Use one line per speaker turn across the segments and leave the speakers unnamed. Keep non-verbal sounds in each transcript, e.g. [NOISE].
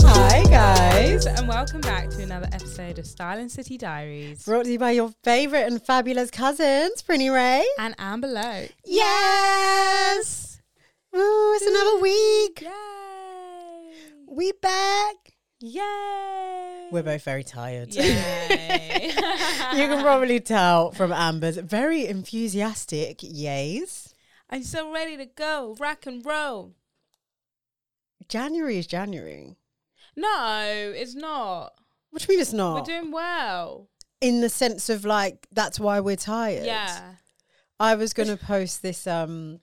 Hi guys,
And welcome back to another episode of Style and City Diaries.
brought to you by your favorite and fabulous cousins, Prinny Ray.
And Anne below.
Yes, Woo, it's another week.
Yay!
We back.
Yay!
We're both very tired. [LAUGHS] you
Yay! [LAUGHS]
can probably tell from Amber's very enthusiastic yays.
I'm so ready to go, rock and roll.
January is January.
No, it's not.
What do you mean it's
We're
not?
doing well.
In the sense of like that's why we're tired.
Yeah.
I was gonna post this um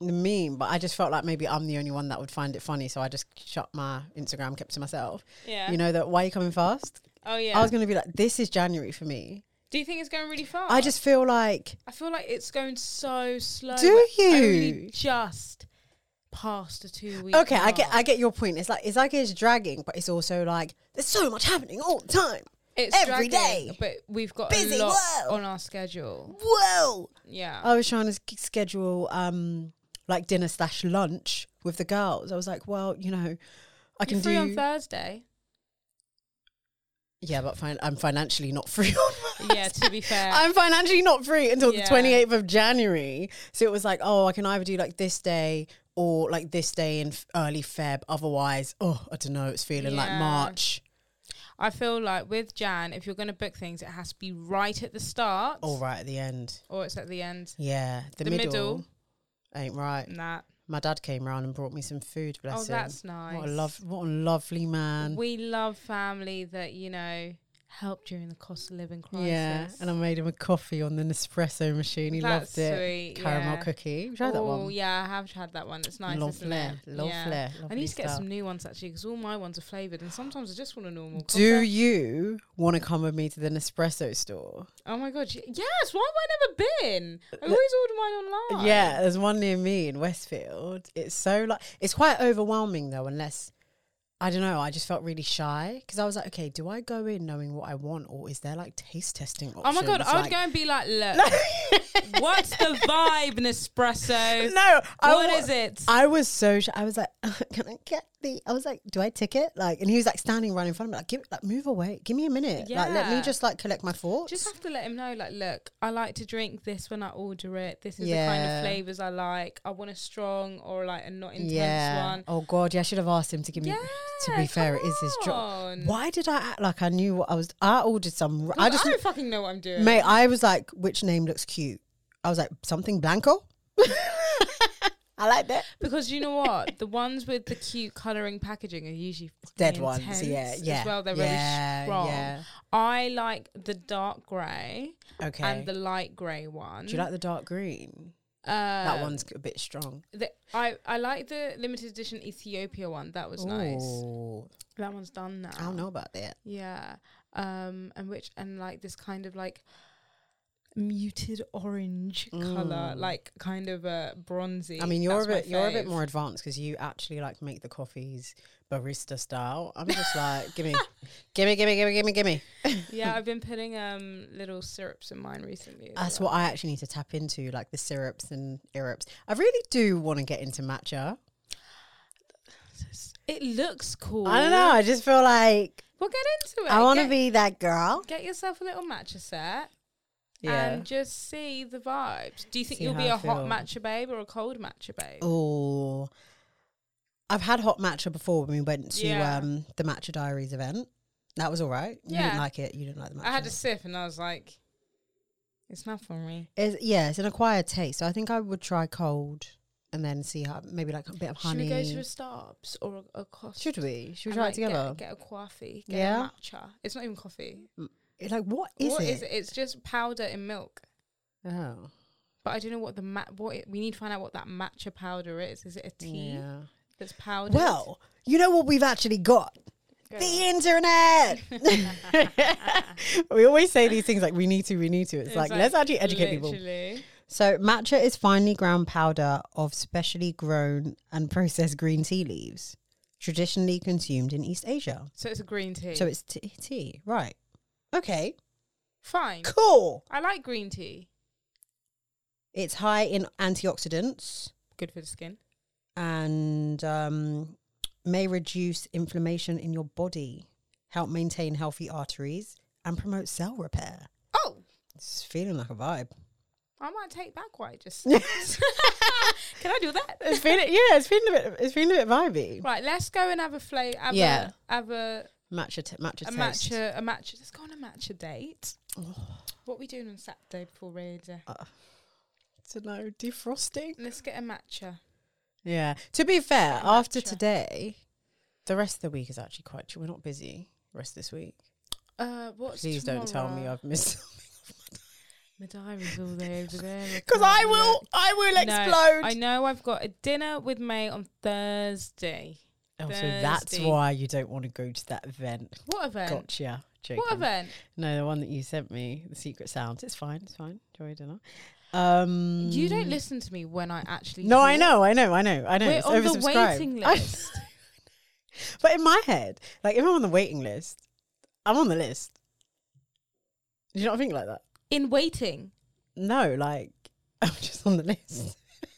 meme, but I just felt like maybe I'm the only one that would find it funny, so I just shut my Instagram, kept to myself.
Yeah.
You know that why are you coming fast?
oh yeah.
I was gonna be like, this is January for me.
Do you think it's going really fast?
I just feel like
I feel like it's going so slow.
Do
We're
you?
Only just past the two weeks.
okay, I get I get your point. It's like it's like it's dragging, but it's also like there's so much happening all the time.
it's
every
dragging,
day.
but we've got
Busy
a lot
world. Oh,
on our schedule.
Whoa!
Yeah.
I was trying to sk- schedule um like dinner slash lunch with the girls. I was like, well, you know, I
You're
can
free
do
on Thursday.
yeah, but fin- I'm financially not free. On
Yeah,
[LAUGHS]
to be fair.
I'm financially not free until the
Yeah.
28th of January. So it was like, oh, I can either do like this day or like this day in f- early Feb. Otherwise, oh, I don't know. It's feeling like
Yeah.
March.
I feel like with Jan, if you're going to book things, it has to be right at the start
All Oh, right, at the end.
or it's at the end.
Yeah, the,
The
middle,
middle.
ain't right.
Nah.
My dad came round and brought me some food. Bless
Oh,
him.
that's nice.
What a love, what a lovely man.
We love family that, you know, help during the cost of living crisis.
yeah, and I made him a coffee on the Nespresso machine. He
That's
loved it.
sweet,
Caramel
yeah.
cookie. Try that
Oh,
one.
yeah, I have had that one. It's nice, isn't
Lovely,
it?
lovely,
Yeah. I
lovely
need to get
stuff.
some new ones actually because all my ones are flavoured and sometimes I just want a normal.
Do
coffee.
you want to come with me to the Nespresso store?
Oh my God. y- Yes. Why have I never been? I always order mine online.
Yeah, there's one near me in Westfield. It's so like it's quite overwhelming though, unless I don't know. I just felt really shy because I was like, okay, do I go in knowing what I want, or is there like taste testing? Options?
Oh my God. I would
like-
go and be like,
[LAUGHS]
look, what's the vibe, Nespresso?
No, I
What
wa-
is it?
I was so shy. I was like, [LAUGHS] can I get the? I was like, do I tick it? Like, and he was like standing right in front of me, like, give, like move away, give me a minute, like let me
Yeah.
just like collect my thoughts.
Just have to let him know, like, look, I like to drink this when I order it. This is the kind
Yeah.
of flavors I like. I want a strong or like a not intense one.
Oh god, yeah, I should have asked him to give me. to
Yeah,
be fair, it is his job.
come
Why did I act like I knew what I was? I ordered some. I
I
just,
don't fucking know what I'm doing.
[LAUGHS] mate, I was like, which name looks cute? I was like, something blanco. [LAUGHS] I like that.
Because you know what? the ones with the cute colouring packaging are usually
[LAUGHS] Dead
fucking
ones,
intense
yeah, yeah,
As well, they're
yeah,
really strong.
yeah.
I like the dark grey
Okay.
and the light grey one.
Do you like the dark green?
uh,
that one's a bit strong.
The, I I like the limited edition Ethiopia one. That was nice.
Ooh, Oh,
That one's done now.
I don't know about that.
Yeah. Um and which and like this kind of like muted orange color, like kind of a bronzy.
Mm. I mean, you're
That's
a
my
bit you're a bit
fave.
more advanced because you actually like make the coffees barista style. I'm just like, gimme, gimme, gimme, gimme, gimme, gimme.
Yeah,
[LAUGHS]
I've been putting um little syrups in mine recently. as
That's
well.
what I actually need to tap into, like the syrups and syrups. I really do want to get into matcha.
It looks cool.
I don't know. I just feel like
We'll get into it.
I want to
Get-
be that girl.
Get yourself a little matcha set
Yeah.
and just see the vibes. Do you think
See
you'll be
how
a
I
hot
feel.
matcha babe or a cold matcha babe?
Oh, I've had hot matcha before when we went to
Yeah.
um, the Matcha Diaries event. That was all right. You didn't
Yeah.
like it. You didn't like the matcha.
I had a sip and I was like, it's not for me.
It's, yeah, it's an acquired taste. So I think I would try cold and then see how maybe like a bit of honey.
Should we go to a Starbucks or a, a coffee?
Should we? Should we
And,
try
like,
it together?
Get, get a coffee. Get
Yeah.
a matcha. It's not even coffee.
It's like, what is
what
it?
is it? It's just powder in milk.
Oh,
But I don't know what the mat. What it, we need to find out what that matcha powder is. Is it a tea
yeah.
that's powdered?
Well, you know what we've actually got?
Go
The internet. [LAUGHS] we always say these things like we need to, we need to. It's, like, let's actually educate people.
literally.
So matcha is finely ground powder of specially grown and processed green tea leaves, traditionally consumed in East Asia.
So it's a green tea.
So it's t- tea, right? Okay,
fine.
cool.
I like green tea.
It's high in antioxidants
Good for the skin.
and um, may reduce inflammation in your body, help maintain healthy arteries, and promote cell repair.
Oh,
It's feeling like a vibe.
I might take back what
[LAUGHS]
I just. said. [LAUGHS] Can I do that?
feeling, yeah, it's feeling a bit, it's feeling a bit vibey.
right, let's go and have a flavor. Have
Yeah.
A, have a,
Matcha, t- matcha
a
taste.
matcha. A matcha. Let's go on a matcha date. What are we doing on Saturday before radio?
Uh, To know defrosting.
Let's get a matcha.
Yeah. To be fair, after
Matcha.
today, the rest of the week is actually quite chill. We're not busy. Rest this week.
Uh, what's
Please don't tell me
tomorrow?
I've missed [LAUGHS]
My diary's all the way over there. I
because I
can't
will.
look.
I will
No,
explode.
I know I've got a dinner with May on Thursday.
oh, so that's
Thursday.
why you don't want to go to that event.
What event?
Gotcha. Joking.
What event?
No, the one that you sent me, the secret sounds. It's fine. It's fine. Enjoy your dinner. Um,
You don't listen to me when I actually.
No, I
talk.
know. I know. I know. I know.
We're
it's
on the
oversubscribed.
waiting
[LAUGHS] I-
list.
But in my head, like if I'm on the waiting list, I'm on the list. Do you not think like that?
In waiting.
No, like [LAUGHS] I'm just on the list. [LAUGHS]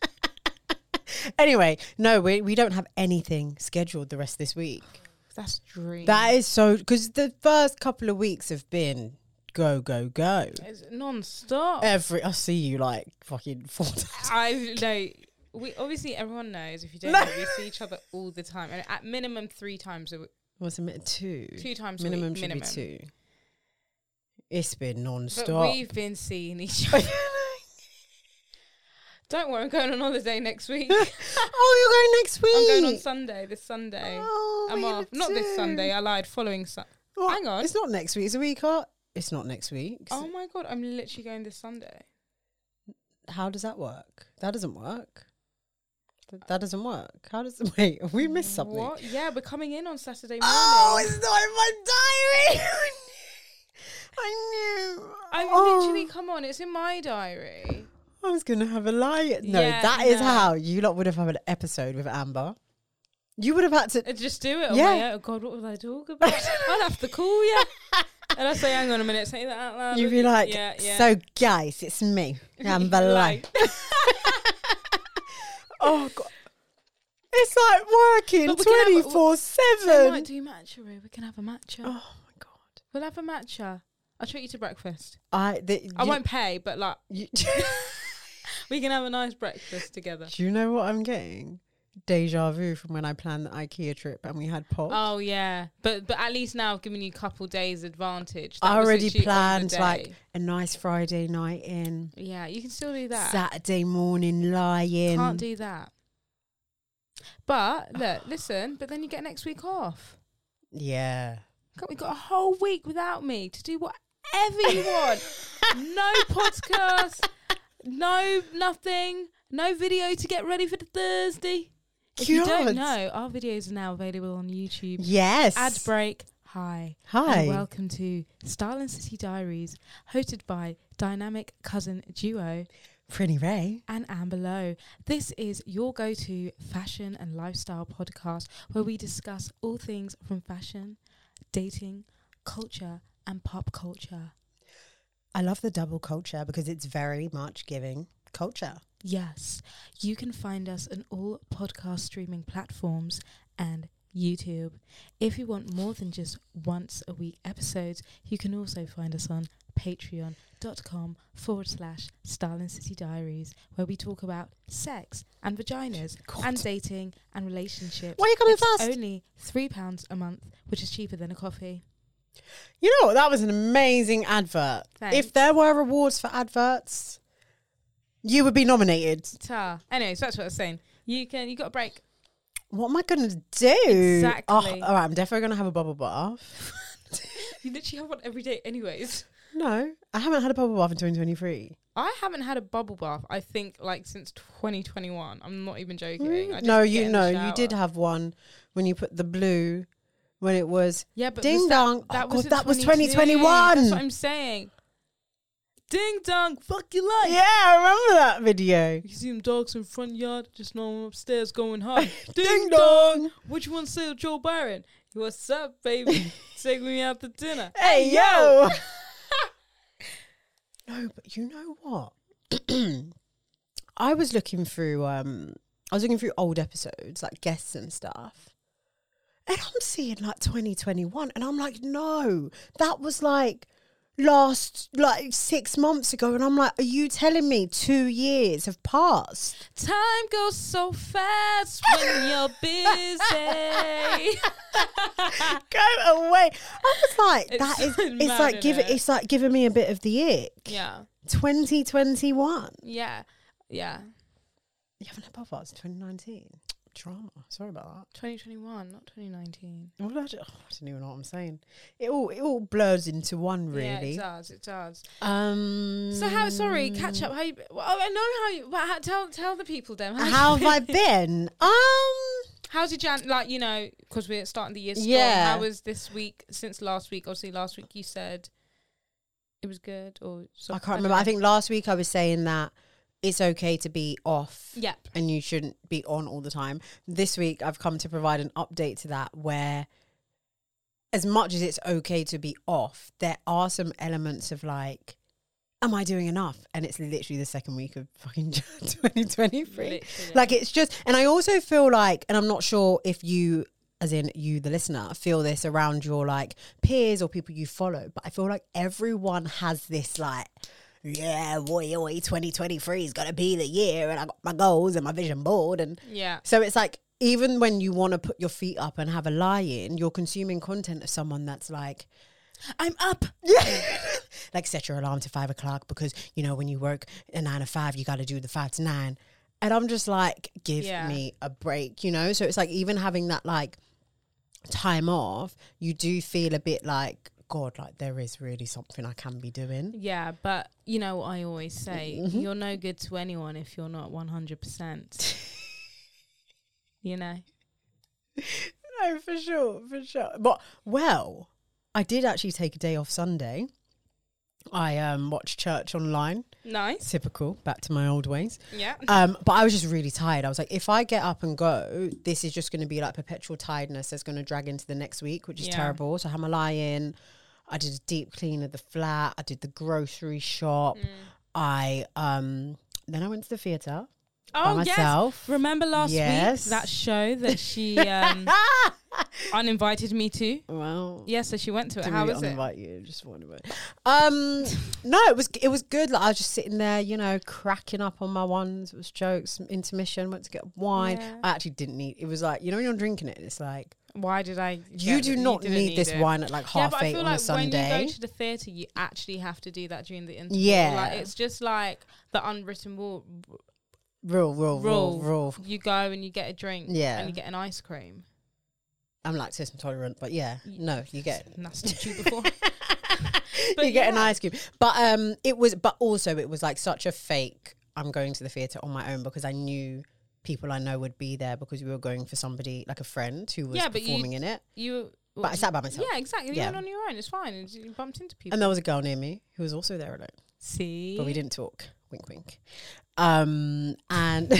anyway, no, we we don't have anything scheduled the rest of this week.
That's dream.
That is so because the first couple of weeks have been go go go.
It's non-stop.
Every I see you like fucking four [LAUGHS] times.
I know. We obviously everyone knows. If you don't,
No.
know, we see each other all the time, and at minimum three times a w-
What's it minute two?
two times
minimum
a week,
should
minimum.
be two. It's been
But
non-stop.
we've been seeing each other. Don't worry, I'm going on holiday
[LAUGHS]
next week.
[LAUGHS] oh, you're going next week.
I'm going on Sunday. This Sunday.
Oh,
I'm
what are you
off.
gonna
Not this
do?
Sunday. I lied. Following Sun.
What?
Hang on.
It's not next week. It's a week off. It's not next week.
Oh my god! I'm literally going this Sunday.
How does that work? That doesn't work. Th- That doesn't work. How does [LAUGHS] wait? We missed something.
What? Yeah, we're coming in on Saturday morning.
Oh, it's not in my diary. [LAUGHS] I knew.
I'm
Oh,
literally come on. It's in my diary.
I was gonna have a lie. No,
Yeah,
that is
no.
how you lot would have had an episode with Amber. You would have had to.
I just do it.
Yeah.
Yeah. Oh God, what will I
[LAUGHS]
talk about? [LAUGHS] I'll have to call you. and I say, hang on a minute, say that out loud.
You'd be like,
yeah, yeah.
so guys, it's me, Amber Light.
[LAUGHS]
[LAUGHS] Oh god. It's like working
But we can
twenty
have-
four
So we might
seven.
do matcha. Roo. We can have a matcha.
Oh my god!
We'll have a matcha. I'll treat you to breakfast.
I the,
I
you-
won't pay, but like
You,
[LAUGHS]
[LAUGHS]
we can have a nice breakfast together.
do you know what I'm getting? Deja vu from when I planned the IKEA trip and we had pop.
Oh yeah, but but at least now I've given you a couple days advantage. That
I
was
already
literally on the
planned like
day.
a nice Friday night in,
yeah, you can still do that.
Saturday morning lying.
Can't do that. But look, listen. But then you get next week off.
yeah.
God, we got a whole week without me to do whatever
[LAUGHS]
you want. no podcast, no nothing, no video to get ready for the Thursday. If you
God.
don't know, our videos are now available on YouTube.
[LAUGHS] Yes.
Ad break. Hi.
Hi.
And welcome to Style and City Diaries, hosted by dynamic cousin duo
Pretty Ray.
and Anne Below. This is your go to fashion and lifestyle podcast where we discuss all things from fashion, dating, culture, and pop culture.
I love the double culture because it's very much giving culture.
Yes, you can find us on all podcast streaming platforms and YouTube. If you want more than just once a week episodes, you can also find us on patreon.com forward slash Stalin City Diaries, where we talk about sex and vaginas
God.
and dating and relationships.
Why are you coming
it's
fast?
Only three pounds a month, which is cheaper than a coffee.
You know what? That was an amazing advert.
Thanks.
If there were awards for adverts, you would be nominated.
Ta. Anyways, that's what I was saying. You can you got a break.
What am I going to do?
Exactly.
Oh, all right, I'm definitely going to have a bubble bath. [LAUGHS]
You literally have one every day, anyways.
No, I haven't had a bubble bath in 2023.
I haven't had a bubble bath. I think like since 2021. I'm not even joking. I just
Mm. no,
get
you
in the
know, you did
shower.
have one when you put the blue, when it was
Yeah, but
Ding
was that-
dong. Oh,
That,
God,
was in
that was
2022. That's
2021.
what I'm saying. Ding dong, fuck your life.
Yeah, I remember that video.
You see them dogs in front yard, just know I'm upstairs
[LAUGHS]
going hard. Ding,
Ding
dong.
dong.
What you want to say to Joe Byron? What's
[LAUGHS]
up, baby? Take me out to dinner.
Hey [LAUGHS] yo. no, but you know what? [CLEARS THROAT] I was looking through um I was looking through old episodes, like guests and stuff. And I'm seeing like 2021 and I'm like, "No, that was like last like 6 months ago." And I'm like, "Are you telling me 2 years have passed?"
Time goes so fast when you're busy.
[LAUGHS] Go away. I was like,
It's
[LAUGHS]
[LAUGHS]
that is [LAUGHS]
so
it's
mad,
like giving
innit?
it's like giving me a bit of the ick.
yeah,
2021.
yeah, yeah.
You haven't had Belfast since 2019. Drama. Sorry about
2021, not 2019.
that. What did I, do? Oh, I don't even know what I'm saying. It all it all blurs into one,
Yeah,
really.
it does. It does.
um.
So how? Sorry,
Mm.
catch up. How you? Well, I know how you. Well, how, tell tell the people then. How,
How
you
have
[LAUGHS]
I been? Um.
How's your Jan? Like you know, because we're starting the year. Strong,
Yeah.
How was this week since last week? Obviously, last week you said it was good, or so,
I
don't
can't remember. I
know.
think last week I was saying that it's okay to be off.
Yep.
and you shouldn't be on all the time. This week, I've come to provide an update to that where, as much as it's okay to be off, there are some elements of like, am I doing enough? And it's literally the second week of fucking [LAUGHS] 2023.
Literally.
Like, it's just, and I also feel like, and I'm not sure if you, as in you, the listener, feel this around your like peers or people you follow, but I feel like everyone has this like, yeah, boy, boy, 2023 is going to be the year, and I got my goals and my vision board. And
yeah,
so it's like, even when you want to put your feet up and have a lie in, you're consuming content of someone that's like,
I'm up.
[LAUGHS] like set your alarm to five o'clock because you know when you work a nine to five you got to do the five to nine and i'm just like give
Yeah.
me a break you know so it's like even having that like time off you do feel a bit like god like there is really something i can be doing
Yeah, but you know what I always say:
Mm-hmm.
you're no good to anyone if you're not
[LAUGHS]
100. percent You know,
no for sure for sure but well i did actually take a day off sunday i um watched church online
nice.
typical back to my old ways
Yeah,
Um, but I was just really tired. I was like, if I get up and go, this is just going to be like perpetual tiredness that's going to drag into the next week, which is
Yeah.
terrible. So I had my lie in. I did a deep clean of the flat. I did the grocery shop.
Mm.
I um, then I went to the theater by
oh yes.
myself.
Remember last
Yes.
week that show that she
[LAUGHS]
um, uninvited me to?
Well,
Yeah, so she went to it.
didn't
How
really
was it?
uninvite you, just one of it. Um, no, it was it was good. Like I was just sitting there, you know, cracking up on my ones. It was jokes, some intermission. Went to get wine.
Yeah.
I actually didn't need. It was like you know when you're drinking it, and it's like.
Why did I?
You
get-
do not
didn't
need this
it.
wine at like
Yeah,
half
but I
eight
feel
on
like
a Sunday.
when you go to the theatre, you actually have to do that during the interval.
Yeah.
like, it's just like the unwritten rule.
rule, rule,
Rule.
rule, rule.
You go and you get a drink.
Yeah.
and you get an ice cream.
I'm lactose intolerant, but yeah,
Y-
no, you get
And that's not you
[LAUGHS]
before. [LAUGHS] But
you get an
yeah.
ice cream. But um, it was, but also it was like such a fake. I'm going to the theater on my own because I knew people I know would be there because we were going for somebody like a friend who was
Yeah, but you-
performing in it.
you.
But I sat by myself,
Yeah, exactly. You
Yeah.
went on your own. It's fine. It's- You bumped into people.
and there was a girl near me who was also there alone,
See,
but we didn't talk. Wink, wink. Um, and. [LAUGHS]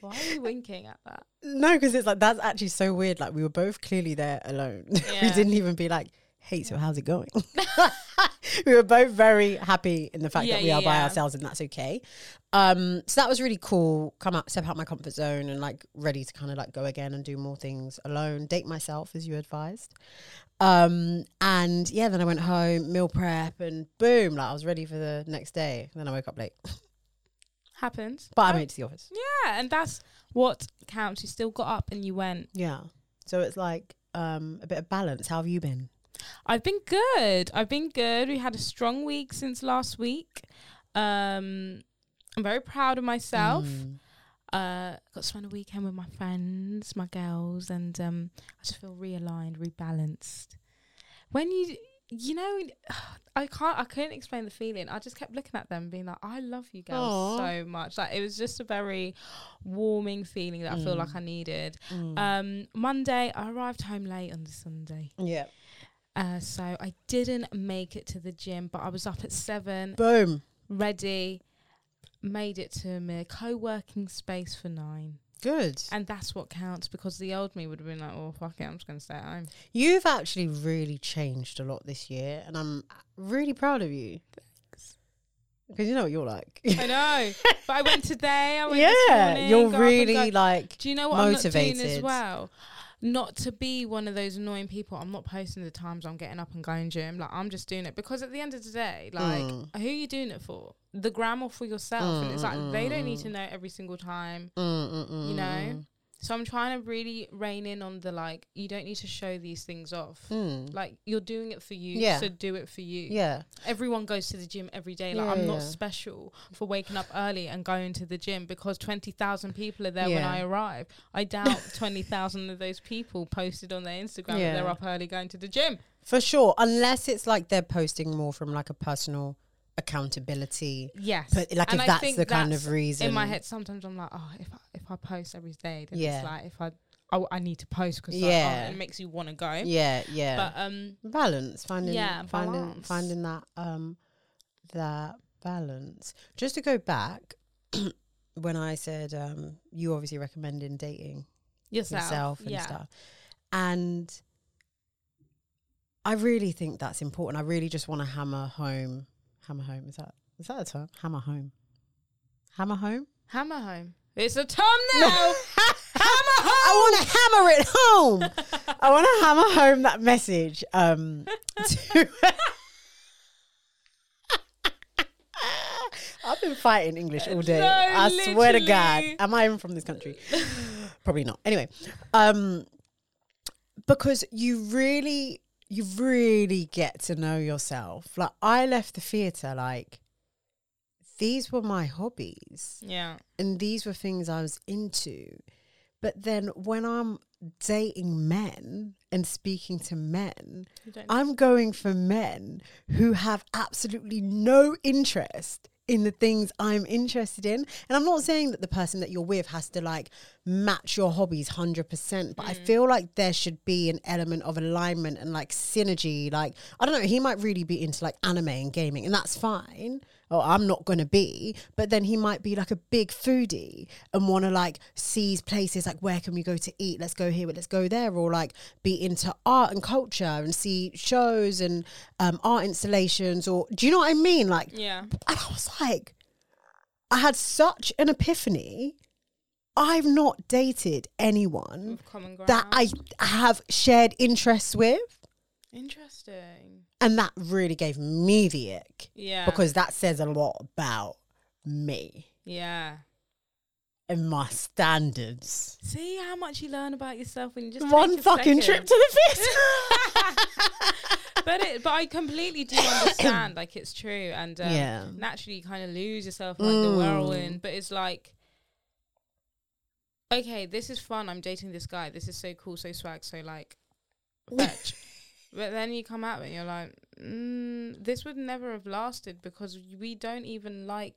why are you winking at that?
No, because it's like that's actually so weird. Like we were both clearly there alone. [LAUGHS] we
Yeah.
didn't even be like, "Hey, so how's it going?" [LAUGHS] we were both very happy in the fact
Yeah,
that we
yeah,
are by
yeah.
ourselves and that's okay. Um, so that was really cool. Come out, step out my comfort zone, and like ready to kind of like go again and do more things alone. Date myself as you advised. Um, and yeah, then I went home, meal prep, and boom, like I was ready for the next day. And then I woke up late,
Happens.
but I
Oh,
made it to the office.
yeah, and that's what counts. You still got up and you went.
Yeah, so it's like um a bit of balance. How have you been?
I've been good. I've been good. We had a strong week since last week. Um, I'm very proud of myself.
Mm.
Uh, got to spend a weekend with my friends, my girls, and um, I just feel realigned, rebalanced. When [SIGHS] you you know, I can't. I couldn't explain the feeling. I just kept looking at them, being like, "I love you girls
Aw.
so much." Like it was just a very warming feeling that I feel
Mm.
like I needed.
Mm.
Um, Monday, I arrived home late on the Sunday,
yeah.
uh, so I didn't make it to the gym, but I was up at seven,
Boom.
ready. Made it to my co-working space for nine,
Good.
and that's what counts because the old me would have been like, "Oh fuck it, I'm just gonna stay at home."
You've actually really changed a lot this year, and I'm really proud of you.
Thanks.
Because you know what you're like. [LAUGHS]
I know, but I went today. I went this
yeah,
morning,
you're
got up and
really
got-
like.
Do you know what I'm not doing as
motivated.
well? Not to be one of those annoying people. I'm not posting the times I'm getting up and going gym. Like I'm just doing it because at the end of the day, like
Mm.
who are you doing it for? The gram or for yourself? and it's like they don't need to
Mm,
know every single time.
You
know? So I'm trying to really rein in on the like you don't need to show these things off.
Mm.
Like you're doing it for you,
Yeah.
so do it for you.
Yeah.
Everyone goes to the gym every day. Like
Yeah,
I'm not
yeah.
special for waking up early and going to the gym because twenty thousand people are there when
Yeah.
I arrive. I doubt
[LAUGHS]
twenty thousand of those people posted on their Instagram that they're
Yeah.
up early going to the gym.
For sure. Unless it's like they're posting more from like a personal accountability.
Yes,
But like
And
if
I
that's
think
the kind
that's
of reason.
in my head. Sometimes I'm like, oh, if I, if I post every day, then
Yeah.
it's like if I oh I need to post because
Yeah.
it makes you want to go.
Yeah, yeah.
But um,
balance finding
Yeah,
finding
balance.
finding that um that balance just to go back [CLEARS THROAT] when i said um you obviously recommending dating
yourself,
yourself and
yeah,
stuff and i really think that's important i really just want to hammer home hammer home is that is that a term hammer home hammer home
hammer home. It's a term
[LAUGHS]
now. hammer
I
home.
want to hammer it home. I want to hammer home that message. Um, to [LAUGHS] I've been fighting English all day.
No,
I swear to God.
literally.
Am I even from this country? Probably not. Anyway, um, because you really, you really get to know yourself. Like I left the theater, like these were my hobbies
Yeah.
and these were things I was into. But then when I'm dating men and speaking to men,
You don't
I'm going for men who have absolutely no interest in the things I'm interested in. And I'm not saying that the person that you're with has to like match your hobbies 100%, but I feel like there should be an element of alignment and like synergy. Like, I don't know, he might really be into like anime and gaming, and that's fine. Oh, I'm not gonna be, but then he might be like a big foodie and want to like seize places like where can we go to eat? Let's go here, but let's go there, or like be into art and culture and see shows and um, art installations, or do you know what I mean? Like,
Yeah.
and I was like, I had such an epiphany. I've not dated anyone
With common ground.
that I have shared interests with,
Interesting.
and that really gave me the ick
Yeah.
because that says a lot about me
yeah.
and my standards.
See how much you learn about yourself when you just
One
take a
fucking trip
second.
to the theatre.
[LAUGHS] but it, but I completely do understand. like it's true, and um,
Yeah. Mm.
naturally you kind of lose yourself in, like the whirlwind. But it's like, okay, this is fun. I'm dating this guy. This is so cool, so swag, so like,
[LAUGHS]
fetch. but then you come out and you're like, mm, this would never have lasted because we don't even like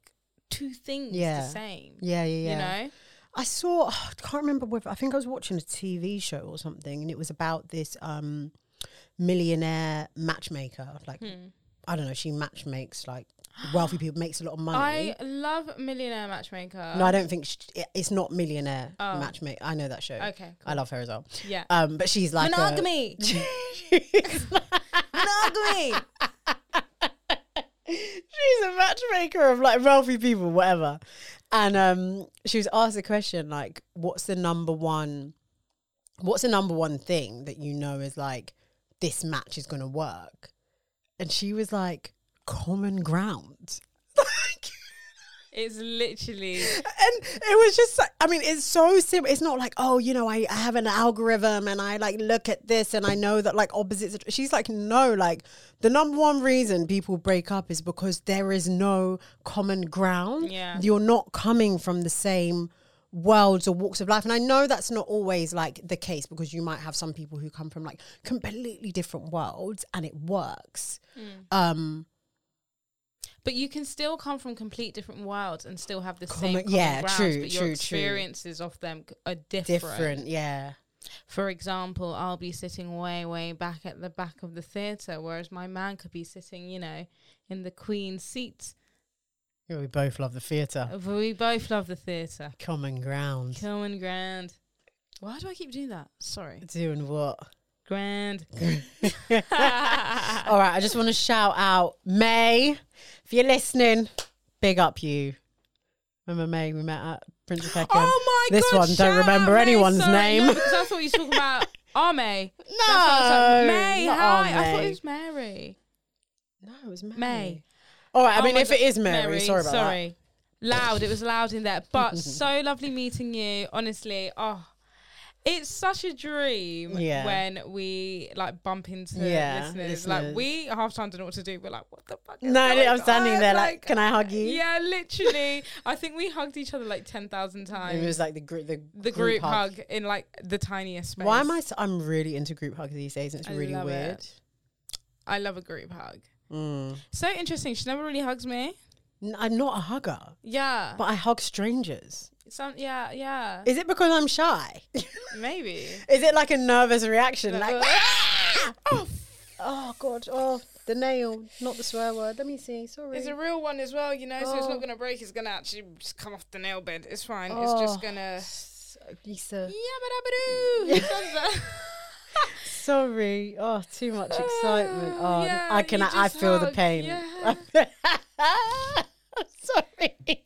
two things
Yeah.
the same.
Yeah, yeah, yeah.
You know.
I saw. [SIGHS] I can't remember whether I think I was watching a TV show or something, and it was about this um, millionaire matchmaker. Like
Hmm.
I don't know, she match makes like wealthy people, makes a lot of money.
I love Millionaire Matchmaker.
no, I don't think sh it- it's not millionaire
Oh.
matchmaker. I know that show.
Okay,
I love her as well.
Yeah.
Um, but she's like a-
Monogamy.
she's [LAUGHS]
Monogamy.
a matchmaker of like wealthy people, whatever. And um, she was asked a question like, "What's the number one? What's the number one thing that you know is like this match is going to work?" And she was like, "Common ground." Like,
It's literally
and it was just like- i mean it's so simple it's not like oh you know I, I have an algorithm and i like look at this and i know that like opposites att- she's like no like the number one reason people break up is because there is no common ground
Yeah.
you're not coming from the same worlds or walks of life. And I know that's not always like the case because you might have some people who come from like completely different worlds and it works. Um,
But you can still come from complete different worlds and still have the
Common-
same common
yeah,
grounds,
true, true,
but
true.
your experiences of them c- are different.
different. Yeah.
For example, I'll be sitting way, way back at the back of the theatre, whereas my man could be sitting, you know, in the queen's seat.
Yeah, We both love the theatre.
Uh, We both love the theatre.
Common ground.
Common Grand. Why do I keep doing that? Sorry.
Doing what?
Grand. Ah.
All right, I just want to shout out May. If you're listening, big up you. Remember May we met at Prince of Peckham?
Oh my
This
God,
one don't
shout out
remember
May.
anyone's
Sorry,
name.
No, [LAUGHS] because I thought you were
[LAUGHS]
talking about Arme.
no,
That's what I was like, May,
not
hi.
on
I thought
May.
it was Mary.
No, it was May.
May.
All right, I
Oh
mean,
my
if
God,
it is Mary, sorry about
sorry. Loud, it was loud in there.
[LAUGHS]
But so lovely meeting you. Honestly, oh, it's such a dream
Yeah.
when we like bump into
Yeah,
listeners.
listeners.
Like we half time don't know what to do. We're like, what the fuck?
that.
Is
No,
going
I'm standing
on?
there like, can I hug you?
Yeah, literally. I think we hugged each other like ten thousand times.
It was like the group, the,
the group hug. in like the tiniest space.
Why am I? S- I'm really into group hugs these days, and it's
I
really
love
weird.
it. I love a group hug.
Mm.
So interesting. She never really hugs me.
N- I'm not a hugger,
Yeah.
but I hug strangers.
Some. Yeah. Yeah.
Is it because I'm shy? [LAUGHS]
Maybe.
Is it like a nervous reaction? Like,
uh,
oh, oh god, oh the nail, not the swear word. Let me see. Sorry. [LAUGHS]
[LAUGHS] It's a real one as well, you know. So it's
Oh.
not gonna break. It's gonna actually just come off the nail bed. It's fine. It's just
Oh. [LAUGHS]
gonna.
Lisa.
Yabba-dabba-doo. Who does that?
Sorry. Oh, too much excitement.
Oh,
Oh,
yeah,
I can.
you
I
just
feel the
hug,
pain.
yeah.
I'm [LAUGHS] sorry.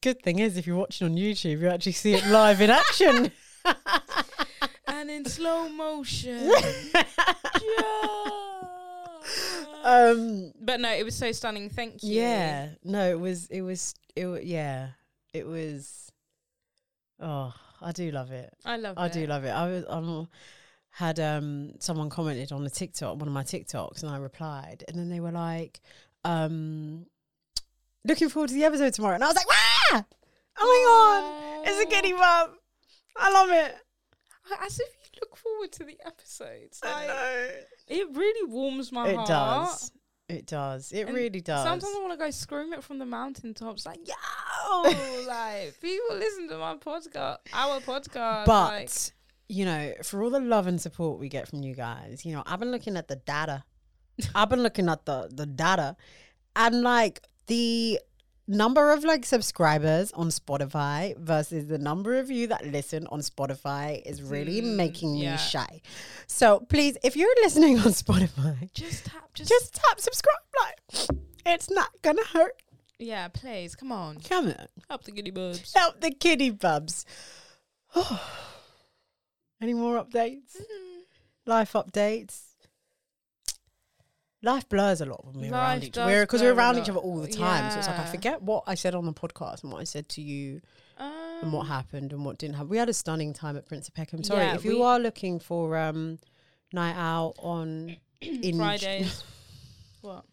Good thing is, if you're watching on YouTube, you actually see it live in [LAUGHS] action.
and in
[LAUGHS]
slow motion. Yeah.
um.
But no, it was so stunning. Thank you.
Yeah. No, it was. It was. It. wa- Yeah. It was. Oh, I do love it.
I love.
I do love it. I was on had um someone commented on a TikTok, one of my TikToks, and I replied, and then they were like, um, "Looking forward to the episode tomorrow," and I was like, "Wah! Oh my god, it's a giddy bump! I love it."
As if you look forward to the episodes.
I
Like,
know.
it really warms my
It
heart.
does. It does. It
Uh-huh. And
really does. [LAUGHS]
Sometimes I want to go scream it from the mountaintops, like yo, like people listen to my podcast, our podcast.
but
like,
you know, for all the love and support we get from you guys, you know, I've been looking at the data. I've been looking at the the data, and like the number of like subscribers on Spotify versus the number of you that listen on Spotify is really
Mm,
making
yeah.
me shy. So please, if you're listening on [LAUGHS] Spotify,
just tap, just,
just tap subscribe. Like, it's not gonna hurt.
yeah, please, come on,
Come on,
up the giddy boobs.
[LAUGHS] help the kitty bubs. [SIGHS] Any more updates?
Mm.
life updates. Life blurs a lot when we're
Life
around each
does
other because we're
blur a
around each other
lot.
all the time. So it's like I
Yeah.
forget what I said on the podcast and what I said to you and what
Um,
happened and what didn't happen. We had a stunning time at Prince of Peckham. Sorry,
Yeah,
if you
we-
are looking for um night out
[CLEARS THROAT]
on in
Fridays. what?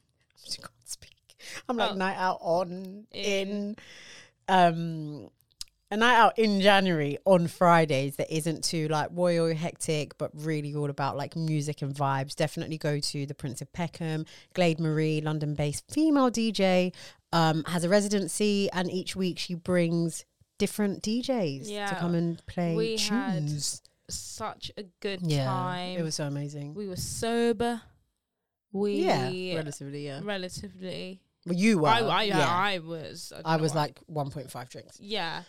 I can't speak. I'm like
Oh.
night out on in.
In.
um a night out in January on Fridays that isn't too like royal hectic, but really all about like music and vibes. Definitely go to the Prince of Peckham, Glade Marie, London-based female DJ, um, has a residency, and each week she brings different DJs to
Yeah.
come and play
We had
tunes.
Such a good
yeah,
time.
it was so amazing.
We were sober. We
yeah, relatively. Yeah,
relatively.
well, you were.
I, I,
yeah.
I was. don't
I
know
was
why.
like 1.5 drinks.
Yeah.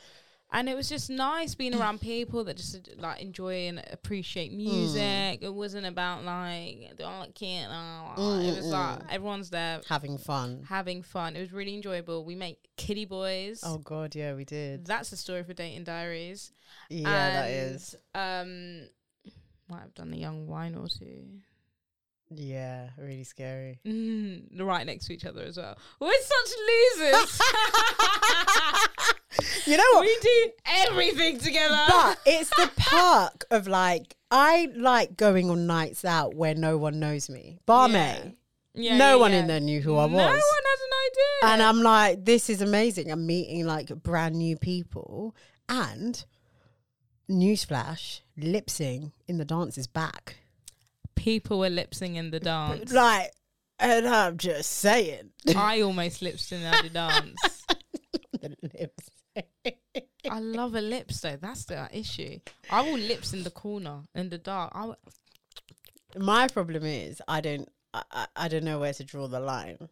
And it was just nice being around people that just uh, like enjoy and appreciate
Mm.
music. It wasn't about like don't like it. uh, uh, It was like everyone's there
Having fun.
having fun. It was really enjoyable. We make kiddie boys.
Oh God, yeah, we did.
That's a story for dating diaries.
Yeah, that
And,
is.
Um, might have done a young wine or two. [LAUGHS]
Yeah, really scary.
Mm, right next to each other as well. We're
[LAUGHS]
such losers.
You know what?
we do everything together.
[LAUGHS] but it's the perk of like I like going on nights out where no one knows me. Barmaid.
Yeah,
no
yeah,
one
yeah.
in there knew who I was.
No one has an idea.
And I'm like, this is amazing. I'm meeting like brand new people And newsflash, lip sync in the dance is back.
People were lip singing the
[LAUGHS]
dance.
Like, and I'm just saying. [LAUGHS]
I almost lip synced at the dance.
the lip sync.
I love a lips though. That's the issue. I will lips in the corner in the dark. I will,
My problem is I don't I, I, I don't know where to draw the
[LAUGHS]
line.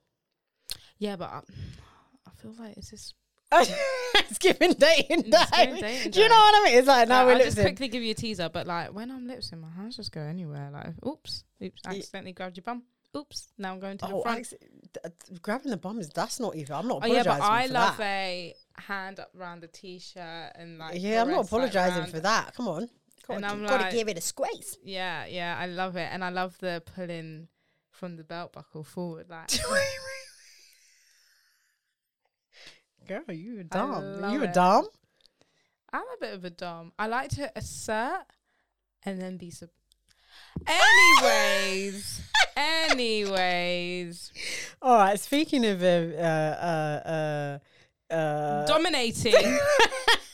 yeah, but I, I feel like it's just.
it's giving dating
It's
time.
giving dating
Do you know
time.
what I mean? It's like now
Like,
we're
I'll just
listening.
quickly give you a teaser, but like when I'm lipsing, my hands just go anywhere. Like, oops, oops, I
Ye-
accidentally grabbed your bum. Oops, now I'm going to the
Oh,
front.
Alex, th- th- grabbing the bum is that's not even. I'm not
Oh yeah,
apologizing
but I
for
love
that.
a hand up round the t-shirt and like
yeah, I'm not
caress, like,
apologizing
round-
for that. Come on, gotta,
And I'm
gi- gotta
like-
give it a squeeze. [LAUGHS]
Yeah, yeah, I love it, and I love the pulling from the belt buckle forward. Like
[LAUGHS] Girl, you were
love
dumb. You were
it.
dumb.
I'm a bit of a dom. I like to assert and then be sub. Anyways, anyways,
[LAUGHS] All right. Speaking of uh, uh, uh, uh, [LAUGHS]
dominating.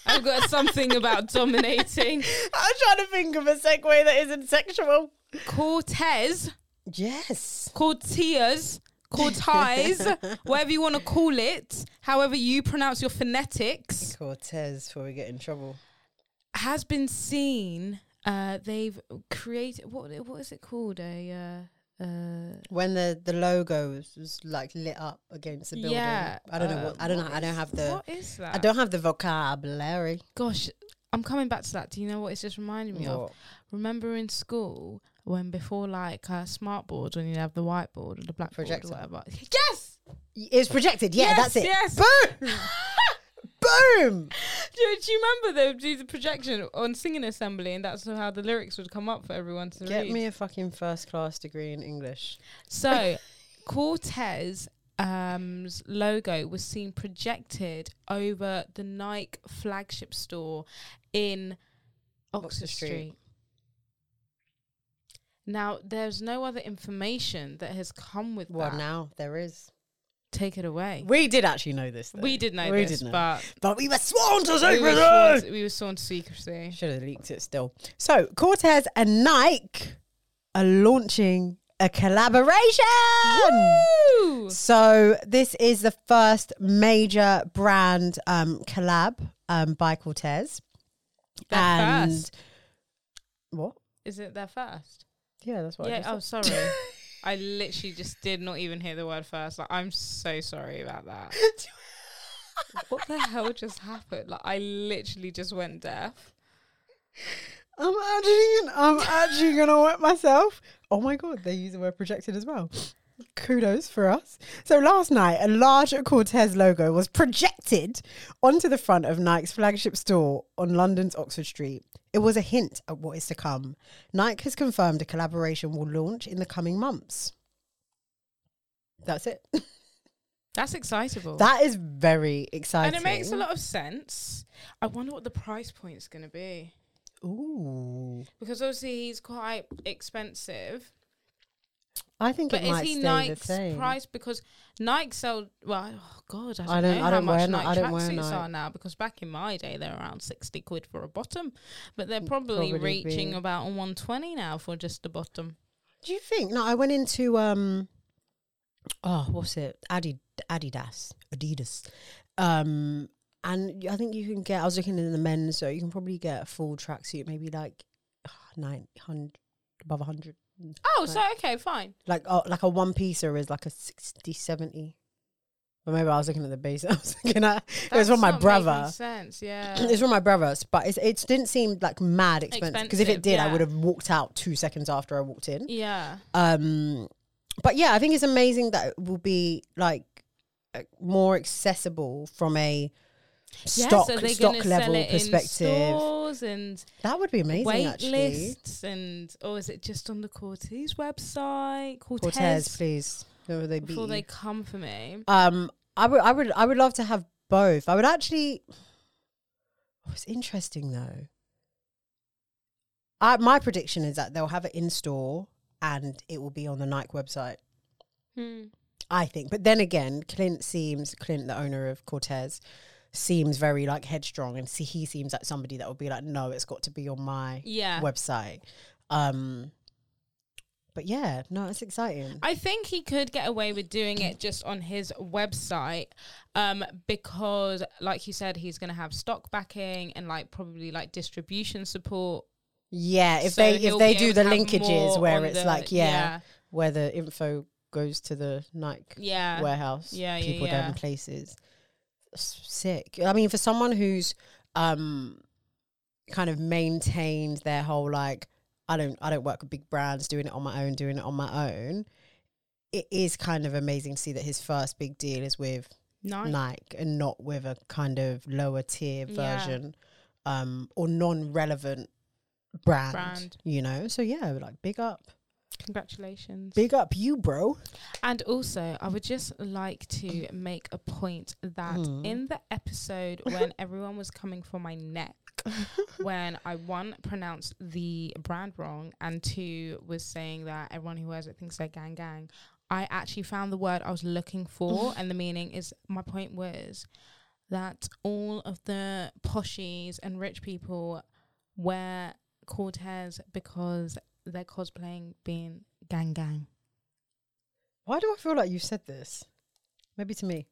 I've got something about dominating.
I'm trying to think of a segue that isn't sexual.
Cortez,
Yes.
Cortias, Cortez,
[LAUGHS]
whatever you want to call it, however you pronounce your phonetics.
Cortez, before we get in trouble.
has been seen. Uh, they've created what? What is it called? A uh, uh,
When the the logo was, was like lit up against the building.
Yeah,
I don't know.
uh,
What, I don't know. I
is-
don't have the.
what is that?
I don't have the vocabulary.
Gosh, I'm coming back to that. Do you know what it's just reminding me of?
What?
Remember in school when before like uh, smart boards when you'd have the whiteboard or the blackboard
Projector.
or whatever. [LAUGHS] Yes.
It's projected. Yeah,
Yes,
that's it.
yes.
[LAUGHS] Boom. Boom.
Do, do you remember they would do the projection on singing assembly and that's how the lyrics would come up for everyone to
Get
read?
me a fucking first class degree in English.
So, Cortez um's logo was seen projected over the Nike flagship store in
Oxford
Oxford
Street.
Street. Now, there's no other information that has come with
Well,
that.
now there is.
Take it away.
We did actually know this. Though.
We did know
We
this,
did know.
but
but we were sworn to
we were, sworn
secrecy.
to, we were sworn to secrecy.
Should have leaked it still. So Cortez and Nike are launching a collaboration.
Woo!
So this is the first major brand um, collab um, by Cortez.
Their
and
first.
what?
Is it their first?
Yeah, that's what. I
yeah.
just
Oh,
said.
sorry. I literally just did not even hear the word first. Like, I'm so sorry about that. [LAUGHS] what the hell just happened? Like, I literally just went deaf.
I'm actually, I'm actually gonna wet myself. Oh my god, they use the word projected as well. Kudos for us. So last night, a large Cortez logo was projected onto the front of Nike's flagship store on London's Oxford Street. It was a hint at what is to come. Nike has confirmed a collaboration will launch in the coming months. That's it. [LAUGHS]
That's excitable.
That is very exciting.
and it makes a lot of sense. I wonder what the price point's going to be.
Ooh,
Because obviously he's quite expensive.
I think
But
it
is
might
he
stay
Nike's
the same.
price? Because Nike sell well. Oh God, I don't,
I don't-
know
I
how
don't wear
much
Ni-
Nike
I don't wear
tracksuits
Nike.
are now. Because back in my day, they're around sixty quid for a bottom, but they're
Mm,
probably,
probably
reaching
be.
about one twenty now for just a bottom.
Do you think? No, I went into um, oh, what's it? Adi- Adidas, Adidas, um, and y- I think you can get. I was looking in the men's, so you can probably get a full tracksuit, maybe like [SIGHS] nine hundred above hundred.
Oh,
Right.
so okay, fine.
Like oh, like a one piecer is like a 60, 70. But maybe I was looking at the base. [LAUGHS] I was looking at it was from
That's
my
not
brother.
making Sense, [CLEARS THROAT] yeah.
[CLEARS THROAT] It's from my brother's, but it's, it didn't seem like mad expensive. Because if it
Expensive,
did, I
yeah.
would have walked out two seconds after I walked in.
yeah,
Um, but yeah, I think it's amazing that it will be like uh, more accessible from a stock
yeah, so they're
stock
gonna
level
sell it In
perspective.
stores and
That would be amazing.
wait
actually,
lists and or is it just on the Cortez website? Cortez,
Cortez, please. No, they beat
before they
you.
come for me.
Um, I would, I would, I would love to have both. I would actually. Oh, It's interesting though. I, my prediction is that they'll have it in store and it will be on the Nike website.
Hmm.
I think. But then again, Clint seems Clint, the owner of Cortez, seems very like headstrong, and see, he seems like somebody that would be like, no, it's got to be on my
Yeah.
website. Um, but yeah, no, it's exciting.
I think he could get away with doing it just on his website um, because, like you said, he's going to have stock backing and like probably like distribution support.
yeah, if
So
they
he'll
if they
be
do
able
the
to have
linkages
more
where
on
it's
the-
like yeah, where the info goes to the Nike
yeah, yeah,
warehouse,
Yeah, yeah,
people down
yeah.
in places. S- Sick. I mean, for someone who's um kind of maintained their whole like I don't I don't work with big brands, doing it on my own, doing it on my own. It is kind of amazing to see that his first big deal is with
nice.
Nike and not with a kind of lower tier
Yeah.
version um or non relevant brand,
Brand.
You know? So yeah, like big up.
Congratulations.
Big up you, bro.
And also, I would just like to make a point that
Mm.
in the episode when everyone was coming for my neck, when I one pronounced the brand wrong, and two was saying that everyone who wears it thinks they're gang gang, I actually found the word I was looking for, and the meaning is my point was that all of the poshies and rich people wear Cortez because they're cosplaying being gang gang.
Why do I feel like you said this? Maybe to me.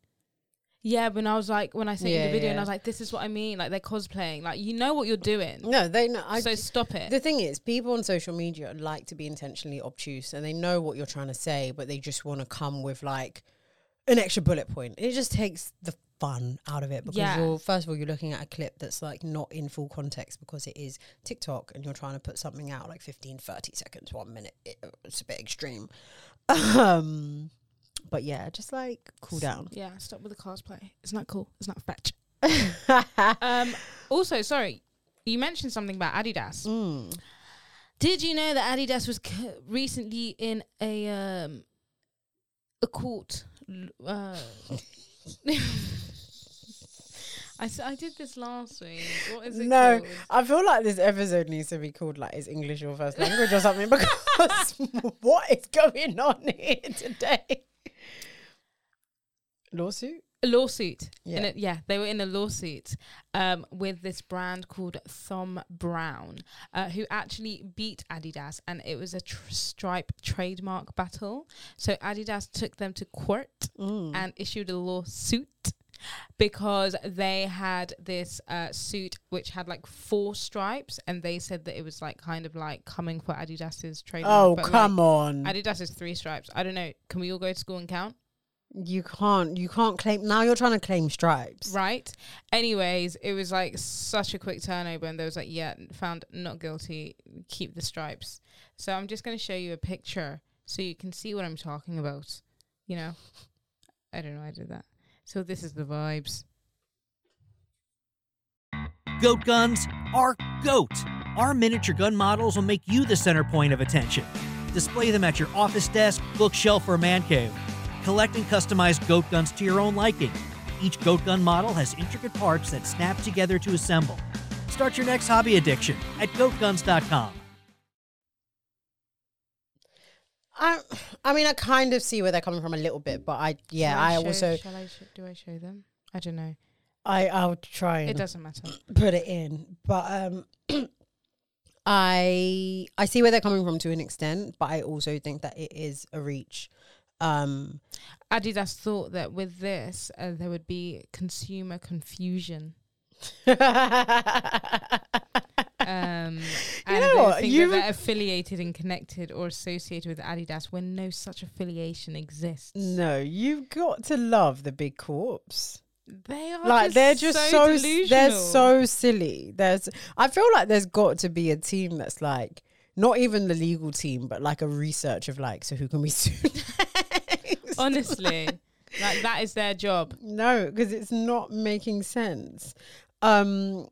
Yeah, when I was like, when I sent you
Yeah,
the video, and
yeah.
I was like, this is what I mean. Like, they're cosplaying. Like, you know what you're doing.
No, they know. I,
so stop it.
the thing is, people on social media like to be intentionally obtuse, and they know what you're trying to say, but they just want to come with like an extra bullet point. It just takes the fun out of it because
Yeah.
you're first of all you're looking at a clip that's like not in full context because it is TikTok and you're trying to put something out like 15 30 seconds 1 minute It- uh, it's a bit extreme [LAUGHS] um but yeah just like cool down [LAUGHS]
yeah, stop with the cosplay. It's not cool. It's not fetch. Um, also, sorry, you mentioned something about Adidas.
Mm.
Did you know that Adidas was c- recently in a um, a court? l- Uh, [LAUGHS] I, s- I did this last week. What is it
No,
called?
I feel like this episode needs to be called like "Is English your first language" or something because [LAUGHS] what is going on here today? Lawsuit.
a lawsuit. Yeah.
Yeah.
a, yeah, they were in a lawsuit um, with this brand called Thom Brown, uh, who actually beat Adidas, and it was a tr- stripe trademark battle. So Adidas took them to court
Mm.
and issued a lawsuit because they had this uh, suit which had like four stripes, and they said that it was like kind of like coming for Adidas's trademark.
Oh
but,
come
like,
on!
Adidas is three stripes. I don't know. Can we all go to school and count?
you can't. You can't claim. Now you're trying to claim stripes.
Right. Anyways, it was like such a quick turnover, and there was like, yeah, found not guilty. Keep the stripes. So I'm just gonna show you a picture so you can see what I'm talking about. You know, I don't know. why I did that. So this is the vibes.
Goat guns are GOAT. Our miniature gun models will make you the center point of attention. Display them at your office desk, bookshelf, or man cave. Collect and customize goat guns to your own liking. Each goat gun model has intricate parts that snap together to assemble. Start your next hobby addiction at goatguns.com.
I. I mean, I kind of see where they're coming from a little bit, but I. Yeah,
Shall
I,
show-
also.
Shall I? Sh- do I show them? I don't know.
I. I'll try and
It doesn't matter.
put it in, but um. [CLEARS THROAT] I I see where they're coming from to an extent, but I also think that it is a reach. Um,
Adidas thought that with this uh, there would be consumer confusion.
[LAUGHS]
um, and
know
they
what?
think
You-
that they're affiliated and connected or associated with Adidas when no such affiliation exists.
no, you've got to love the big corpse.
They are
Like
just
they're just so, s-
delusional.
they're so silly. There's I feel like there's got to be a team that's like not even the legal team, but like a research of like, so who [LAUGHS] can we sue? next? [LAUGHS]
honestly like that is their job.
No, because it's not making sense. Um,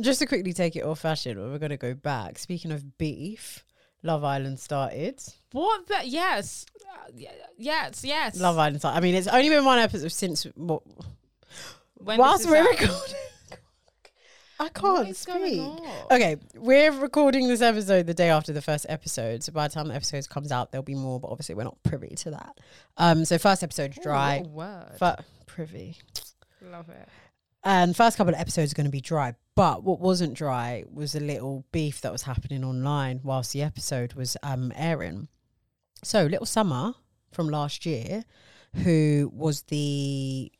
just to quickly take it off fashion, we're going to go back. Speaking of beef, Love Island started.
What the yes, Uh, y- yes, yes.
Love Island started. I mean, it's only been one episode since. What,
When this
whilst
is
we're
out.
recording, I
What
can't
is going
speak.
on?
Okay, we're recording this episode the day after the first episode. So by the time the episode comes out, there'll be more. But obviously, we're not privy to that. Um, so first episode's
Ooh,
dry.
what a word.
But privy.
Love it.
And first couple of episodes are going to be dry. But what wasn't dry was a little beef that was happening online whilst the episode was um, airing. So little Summer from last year, who was the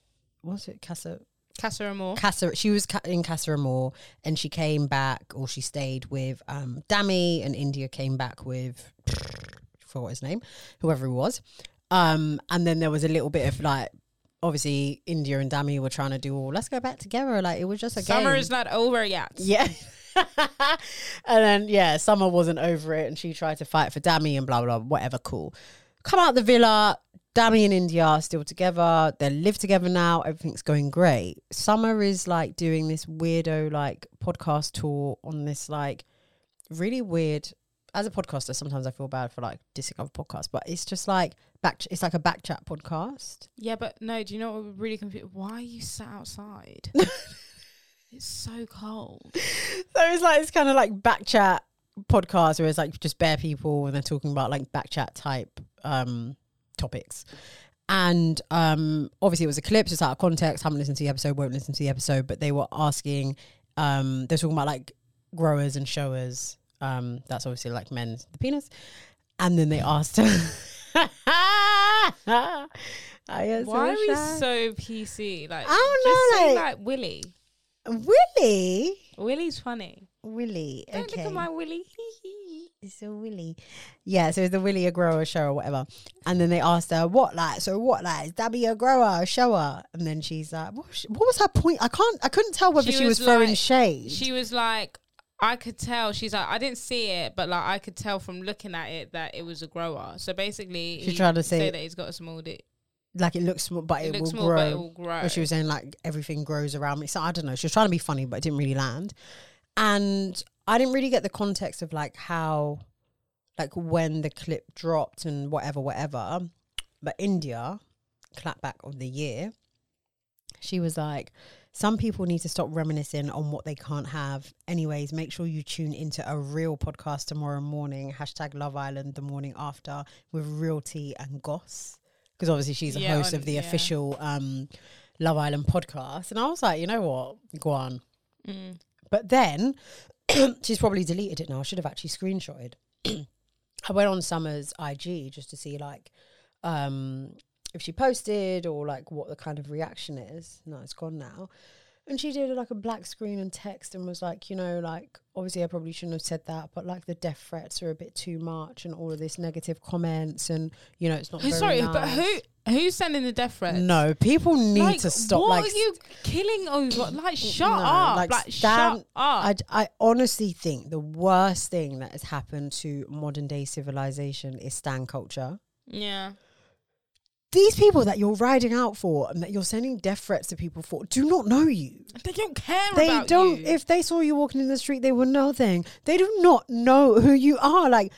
was it Casa
Casa Amor.
Casa? She was ca- in Casa Amor, and she came back or she stayed with um, Dammy, and India came back with forgot his name, whoever he was. Um, and then there was a little bit of like, obviously India and Dammy were trying to do all let's go back together. Like it was just a
Summer
game.
is not over yet.
Yeah. [LAUGHS] and then yeah, Summer wasn't over it and she tried to fight for Dammy and blah blah whatever cool. Come out the villa, Dammy and India are still together, they live together now, everything's going great. Summer is like doing this weirdo like podcast tour on this like really weird as a podcaster, sometimes I feel bad for like dissing other podcasts, but it's just like back it's like a back chat podcast.
Yeah, but no, do you know what would really confused? Why are you sat
[LAUGHS]
outside? it's so cold.
So it's like it's kind of like backchat podcast where it's like just bare people and they're talking about like backchat type um topics. And um obviously it was a clip, so it's out of context. Haven't listened to the episode, won't listen to the episode, but they were asking um they're talking about like growers and showers. Um that's obviously like men's the penis. And then they [LAUGHS] asked I am so
Why are we
shy.
so PC? Like,
I don't
just say,
know,
like, Willy.
Willy?
Willy's funny.
Willy.
Don't
okay.
look at my Willy.
It's a willy. Yeah, so it's the willy a grower, a shower, whatever. And then they asked her, what like? So what like? Is Dabby a grower, a shower? And then she's like, what, was she- what was her point? I can't, I couldn't tell whether
She
she,
was
was, throwing
like-
shade.
she was like, I could tell. She's like, I didn't see it, but like, I could tell from looking at it that it was a grower. So basically,
She
he
tried to say-
that he's got a small dick.
like it looks small, but
It,
it, will
looks small,
grow.
but it will grow.
Or she was saying like everything grows around me. So I don't know. She was trying to be funny, but it didn't really land. And I didn't really get the context of like how, like when the clip dropped and whatever, whatever. But India, clapback of the year, she was like, some people need to stop reminiscing on what they can't have. Anyways, make sure you tune into a real podcast tomorrow morning. Hashtag Love Island the morning after with real tea and goss. Because obviously she's a
Yeah,
host
on-
of the
yeah.
official um, Love Island podcast. And I was like, you know what? Go on.
Mm.
But then [CLEARS THROAT] she's probably deleted it now. I should have actually screenshotted. I went on Summer's IG just to see like um if she posted or like what the kind of reaction is. No, it's gone now. And she did like a black screen and text and was like, you know, like obviously I probably shouldn't have said that, but like the death threats are a bit too much and all of this negative comments and you know it's not.
Who-
Very
Sorry, but
nice."
who who's sending the death threats?
No, people need
Like,
to stop.
What
like
are you killing over? Like, shut
No,
up! Like,
like,
shut
stand-
up! I,
I, I honestly think the worst thing that has happened to modern day civilization is stan culture.
yeah,
These people that you're riding out for and that you're sending death threats to people for do not know you.
they don't care.
They
about
don't.
you.
If they saw you walking in the street, they would nothing. They do not know who you are. Like,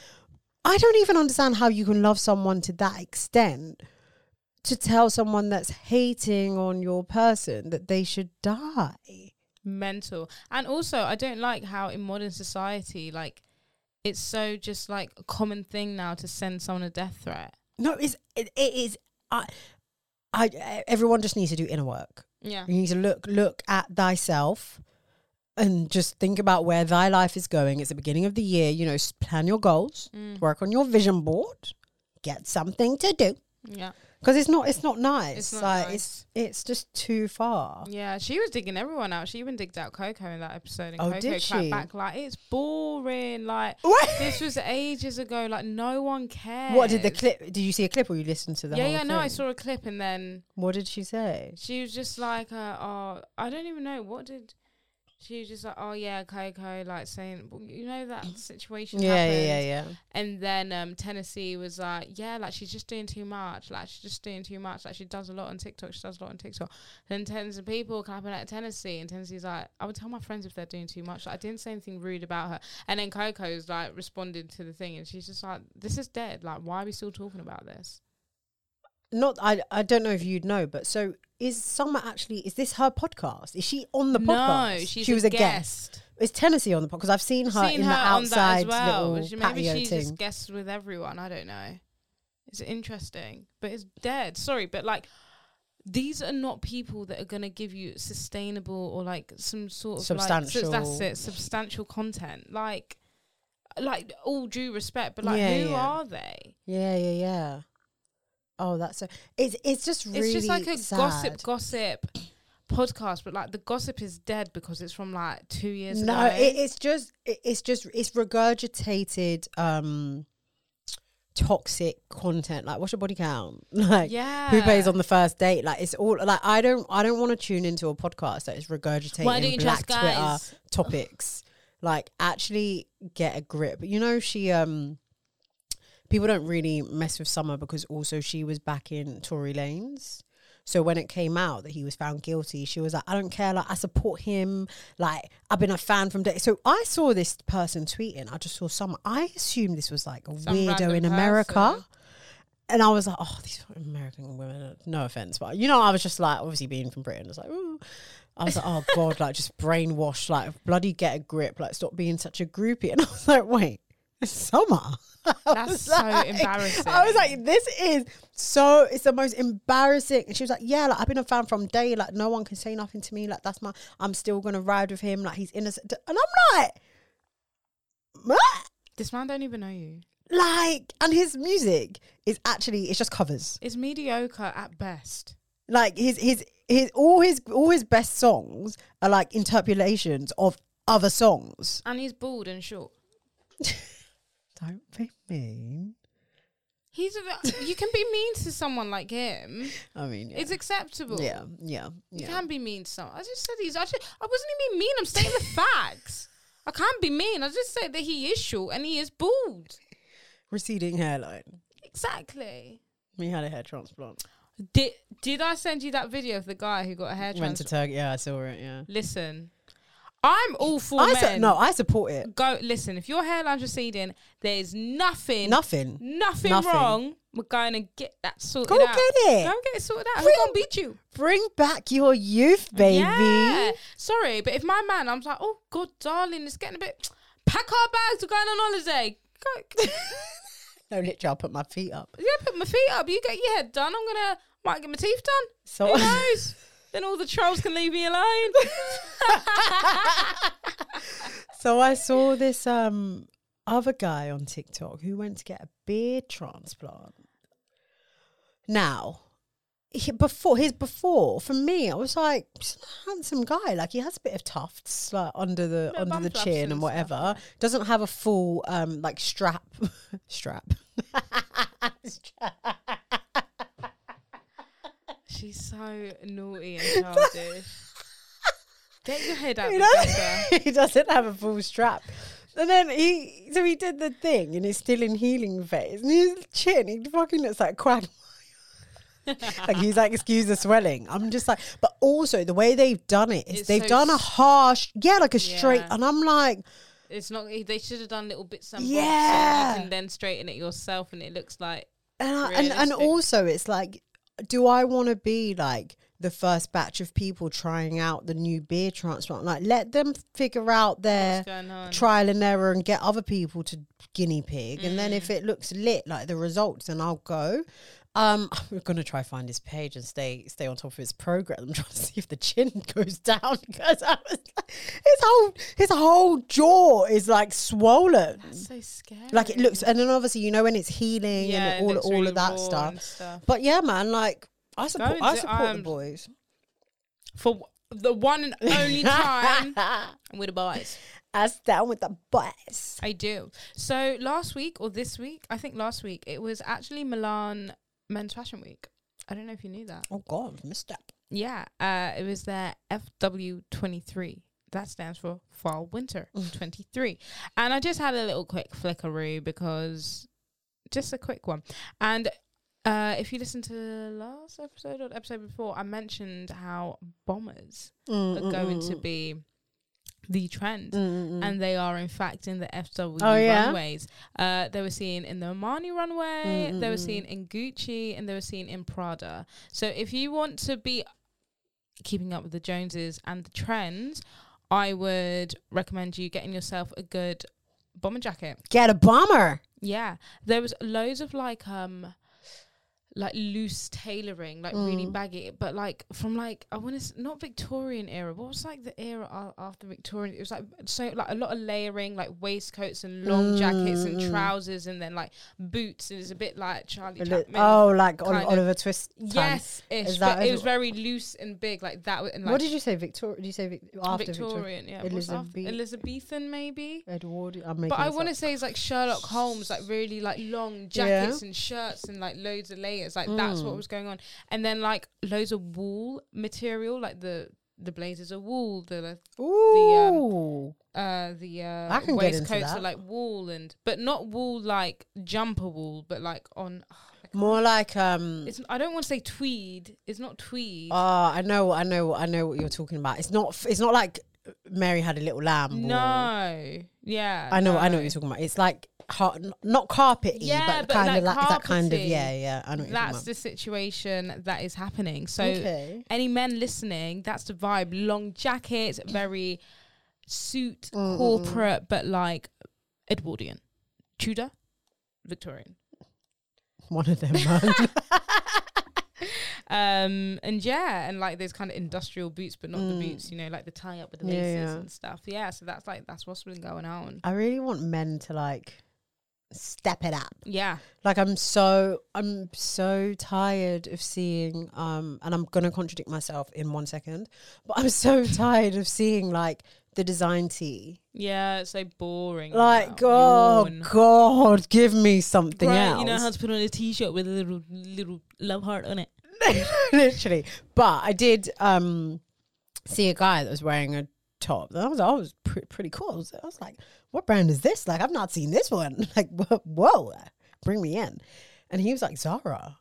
I don't even understand how you can love someone to that extent to tell someone that's hating on your person that they should die.
mental. And also, I don't like how in modern society, like, it's so just like a common thing now to send someone a death threat.
No, it's it, it is. I, I, everyone just needs to do inner work.
Yeah,
You need to look look at thyself, and just think about where thy life is going. It's the beginning of the year. You know, s- plan your goals,
Mm.
work on your vision board, get something to do
yeah,
because it's not it's not nice.
It's not
like
nice. Mm.
it's it's just too far.
yeah. She was digging everyone out. She even digged out Coco in that episode, and
Oh,
Coco
did
clapped
she?
back like, "It's boring." Like,
[LAUGHS] What?
this was ages ago. Like, no one cares.
What did the clip? Did you see a clip or you listened to the?
yeah,
whole
yeah, no, I
thing?
saw a clip and then
What did she say?
she was just like, uh, oh, I don't even know what did. She was just like, oh yeah, Coco, like saying, well, you know that situation.
Mm. Yeah,
happened.
yeah, yeah, yeah.
And then um, Tennessee was like, yeah, like she's just doing too much. Like she's just doing too much. Like she does a lot on TikTok. She does a lot on TikTok. And then tens of people clapping at Tennessee. And Tennessee's like, I would tell my friends if they're doing too much. Like, I didn't say anything rude about her. And then Coco's like responded to the thing. And she's just like, this is dead. Like, why are we still talking about this?
not I I don't know if you'd know, but so is Summer actually is this her podcast? Is she on the podcast?
No, she's
she was a guest.
guest.
Is Tennessee on the podcast? Because I've seen her in the outside little
She- Maybe
patio
she
thing.
just guests with everyone. I don't know. It's interesting, but it's dead. Sorry, but like, these are not people that are going to give you sustainable or like some sort of
Substantial.
Like, su- that's it, substantial content. Like, like all due respect, but like,
Yeah,
who
yeah.
are they?
Yeah, yeah, yeah. Oh, that's so. It's it's just really.
it's just like a
sad.
gossip, gossip podcast, but like the gossip is dead because it's from like two years
No,
ago.
it, it's just it, it's just it's regurgitated um toxic content. Like, what's your body count? [LAUGHS] Like,
yeah.
who pays on the first date? Like, it's all like I don't I don't want to tune into a podcast that is regurgitating
Why don't you
black
trust guys?
Twitter topics. like, actually get a grip. You know, she um. People don't really mess with Summer because also she was back in Tory lanes. So when it came out that he was found guilty, she was like, I don't care. Like, I support him. Like, I've been a fan from day. So I saw this person tweeting. I just saw someone. I assumed this was like a
Some
weirdo
random
in America.
person.
And I was like, oh, these fucking American women, no offense, but you know, I was just like, obviously being from Britain, I was like, ooh. I was like, oh God, like just brainwashed, like bloody get a grip, like stop being such a groupie. And I was like, wait, it's summer. [LAUGHS] I
That's
was
so embarrassing.
I was like, this is so, it's the most embarrassing. And she was like, yeah, like I've been a fan from day, like no one can say nothing to me, like that's my, I'm still gonna ride with him, like he's innocent. And I'm like, what?
This man don't even know you.
Like, and his music is actually, it's just covers.
It's mediocre at best.
like his his his all his all his best songs are like interpolations of other songs.
And he's bald and short.
Don't be mean.
He's a, you can be mean to someone like [LAUGHS] him.
I mean, yeah,
It's acceptable.
yeah, yeah,
You
yeah.
can be mean to someone. I just said he's. I, just, I wasn't even mean. I'm stating the facts. I can't be mean. I just said that he is short and he is bald.
receding hairline.
Exactly.
We had a hair transplant.
Did Did I send you that video of the guy who got a hair
Went to
transplant?
Turkey. Yeah, I saw it. Yeah.
Listen, I'm all for
I
men.
su- no, I support it.
Go listen. If your hairline's receding, there's nothing,
Nothing.
nothing,
Nothing.
wrong. We're going to get that sorted
Go
out.
get it.
Go get it sorted out.
Bring-
Who's gonna beat you?
Bring back your youth, baby.
Yeah. Sorry, but if my man, I'm like, oh god, darling, it's getting a bit. Pack our bags. We're going on holiday. Go. [LAUGHS]
No, literally, I'll put my feet up.
yeah, put my feet up. You get your head done. I'm gonna might get my teeth done.
So [LAUGHS]
Who knows? then all the trolls can leave me alone.
So I saw this um other guy on TikTok who went to get a beard transplant. Now, he, before his before for me, I was like "He's a handsome guy. Like he has a bit of tufts like under the
No
under
bum
the
flaps
chin and
and
whatever.
stuff,
Doesn't have a full um like strap [LAUGHS] strap.
She's so naughty and childish. Get your head out
he,
the gutter.
doesn't, [LAUGHS] he doesn't have a full strap. And then he, so he did the thing, and he's still in healing phase. And his chin, he fucking looks like Quagmire. [LAUGHS] like he's like, excuse the swelling. I'm just like, but also the way they've done it is
It's
they've
so
done a
s-
harsh, yeah, like a straight.
Yeah.
And I'm like,
It's not. They should have done little bits and
Yeah.
bobs, so you can then straighten it yourself, and it looks like
and I, and, and
Realistic.
also it's like, do I want to be like the first batch of people trying out the new beer transplant? Like, let them figure out their
what's going on.
trial and error and get other people to guinea pig and then
Mm.
if it looks lit like the results then i'll go um [LAUGHS] i'm gonna try find his page and stay stay on top of his progress i'm trying to see if the chin [LAUGHS] goes down because i was like, his whole his whole jaw is like swollen
That's so scary.
like it looks and then obviously you know when it's healing
Yeah, it
and all,
looks
all
really
of that
raw
stuff
and stuff.
but yeah man like i support
and
i
do-
support the
um,
boys
for w- the one and [LAUGHS] only time with the boys.
i stand with the boys
I do. So last week or this week, I think last week it was actually Milan Men's Fashion Week. I don't know if you knew that.
oh god missed that
Yeah, uh, it was their FW23. That stands for Fall Winter 23. And I just had a little quick flickaroo because just a quick one. And uh, if you listen to the last episode or the episode before, I mentioned how bombers
Mm,
are going to be the trend. And they are, in fact, in the
mm,
FW
Oh, yeah?
runways. Uh, they were seen in the Armani
Mm,
runway, they were seen in Gucci, and they were seen in Prada. So if you want to be keeping up with the Joneses and the trends, I would recommend you getting yourself a good bomber jacket.
get a bomber
Yeah, there was loads of like um like loose tailoring, like really
Mm.
baggy, but like from like I want to not Victorian era. What was like the era a- after Victorian? It was like so like a lot of layering, like waistcoats and long jackets and
Mm.
trousers, and then like boots. And it's a bit like Charlie
A li-
Chaplin.
oh, like Ol-
kind of-
Oliver Twist. time.
yes, ish,
Is that
but
as
it was
well?
very loose and big, like that. w- And like
what did you say, Victoria? Did you say Vic- after Victoria?
Victorian, yeah, what's after?
Elizabeth-
Elizabethan maybe.
Edward. I'm making
But I
this
want to
up.
say it's like Sherlock Holmes, like really like long jackets and shirts and like loads of layers. Like that's what
Mm.
was going on, and then like loads of wool material, like the the blazers are wool, the um,
Ooh.
uh the uh
I can get into
waistcoats are
that.
like wool and but not wool like jumper wool, but like on. [SIGHS]
More like um.
It's I don't want to say tweed. It's not tweed.
Oh, I know, I know, I know what you're talking about. It's not. f- It's not like Mary had a little lamb. or-
no, yeah,
I know, I know what
no.
you're talking about. It's like har- n- not carpety,
Um, Yeah,
but,
but
kind of
like
like that kind of
carpety.
yeah, yeah. I know what
That's
you're
the situation that is happening. So.
talking about. okay.
any men listening, that's the vibe. Long jackets, very suit,
Mm, mm, mm.
corporate, but like Edwardian, Tudor, Victorian.
One
[LAUGHS]
of them. Man.
Um, and yeah, and like those kind of industrial boots, but not
Mm.
the boots, you know, like the tie up with the
Yeah,
laces
yeah.
and stuff. Yeah, so that's like, that's what's been going on.
I really want men to like step it up.
Yeah.
Like I'm so I'm so tired of seeing um and I'm gonna contradict myself in one second, but I'm
[LAUGHS]
so tired of seeing like the design tee.
Yeah, it's so boring.
Like
now.
oh
Yawn.
god, give me something
Right,
else.
you
[LAUGHS]
know how to put on a t-shirt with a little little love heart on it.
literally. But I did um see a guy that was wearing a top. And I was I was pre- pretty cool. I was, I was like, what brand is this? Like I've not seen this one. [LAUGHS] Like wh- whoa, bring me in. And he was like Zara.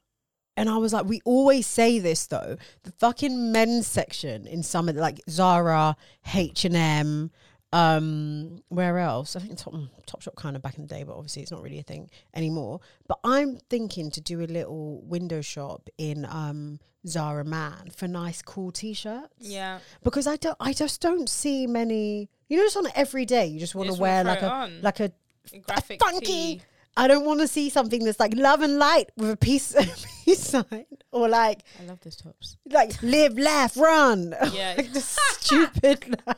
And I was like, we always say this though. The fucking men's section in some of the, like Zara, H and M, um, where else? I think Top mm, Topshop kind of back in the day, but obviously it's not really a thing anymore. But I'm thinking to do a little window shop in um Zara Man for nice cool t-shirts.
Yeah.
Because I don't I just don't see many you know just on every day you just want to
just
wear
wanna
like
throw
a
it on.
like a, a
Graphic
funky
tee.
I don't want to see something that's like love and light with a peace, [LAUGHS] peace sign or like
I love those tops.
like live, laugh, run. [LAUGHS]
Yeah.
like the stupid [LAUGHS] like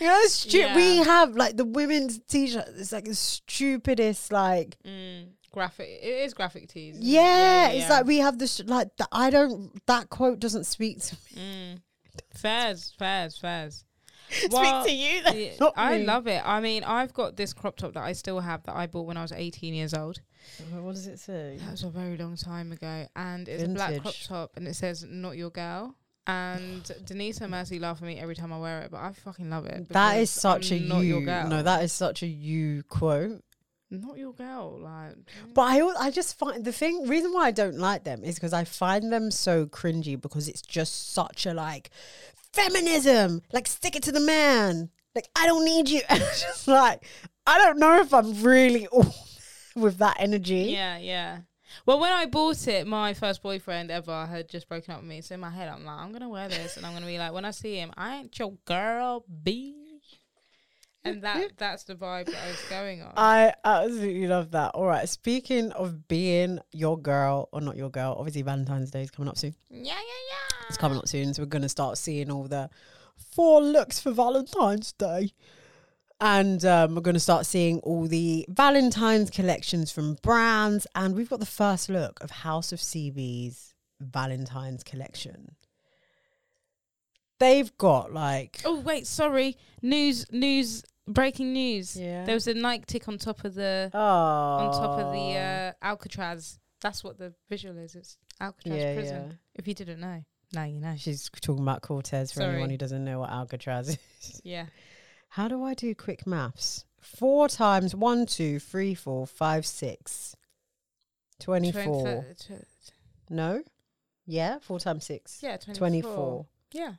you know stu-
Yeah.
we have like the women's t shirt it's like the stupidest like
[LAUGHS] Mm, graphic. It is graphic tees. isn't it?
yeah, it's like we have this like the, I don't that quote doesn't speak to me. [LAUGHS]
Mm. Fairs, fairs, fairs.
speak to you then. [LAUGHS]
yeah,
not
I
me.
love it. I mean, I've got this crop top that I still have that I bought when I was 18 years old.
What does it say?
That was a very long time ago. And it's a black crop
Vintage.
top and it says, Not Your Girl.
[SIGHS]
And Denise and Mercy laugh at me every time I wear it, but I fucking love it.
That is
because
such
I'm
a
not
you.
your girl.
No, that is such a you quote.
not your girl. Like,
But I, al- I just find the thing reason why I don't like them is because I find them so cringy because it's just such a like feminism, like stick it to the man, like I don't need you. [LAUGHS] And it's just like I don't know if I'm really [LAUGHS] all with that energy.
Yeah, yeah. Well, when I bought it, my first boyfriend ever had just broken up with me. So in my head, I'm like, I'm gonna wear this, and I'm gonna be like, when I see him, I ain't your girl, b.
[LAUGHS]
And that that's the vibe that I was going on.
I absolutely love that. All right, speaking of being your girl or not your girl, obviously Valentine's Day is coming up soon.
yeah, yeah, yeah.
It's coming up soon, so we're gonna start seeing all the four looks for Valentine's Day. And um, we're going to start seeing all the Valentine's collections from brands. And we've got the first look of House of CB's Valentine's collection. They've got like.
Oh wait, sorry. News, news, breaking news.
Yeah.
There was a Nike tick on top of the
Oh.
on top of the uh, Alcatraz. That's what the visual is. It's Alcatraz
Yeah,
prison.
yeah.
If you didn't know, now you know.
She's talking about Cortez for anyone
Sorry.
who doesn't know what Alcatraz is.
Yeah.
How do I do quick maths? Four times one, two, three, four, five, six. 24.
Twen-
No? Yeah, four times six.
Yeah,
24.
24. Yeah.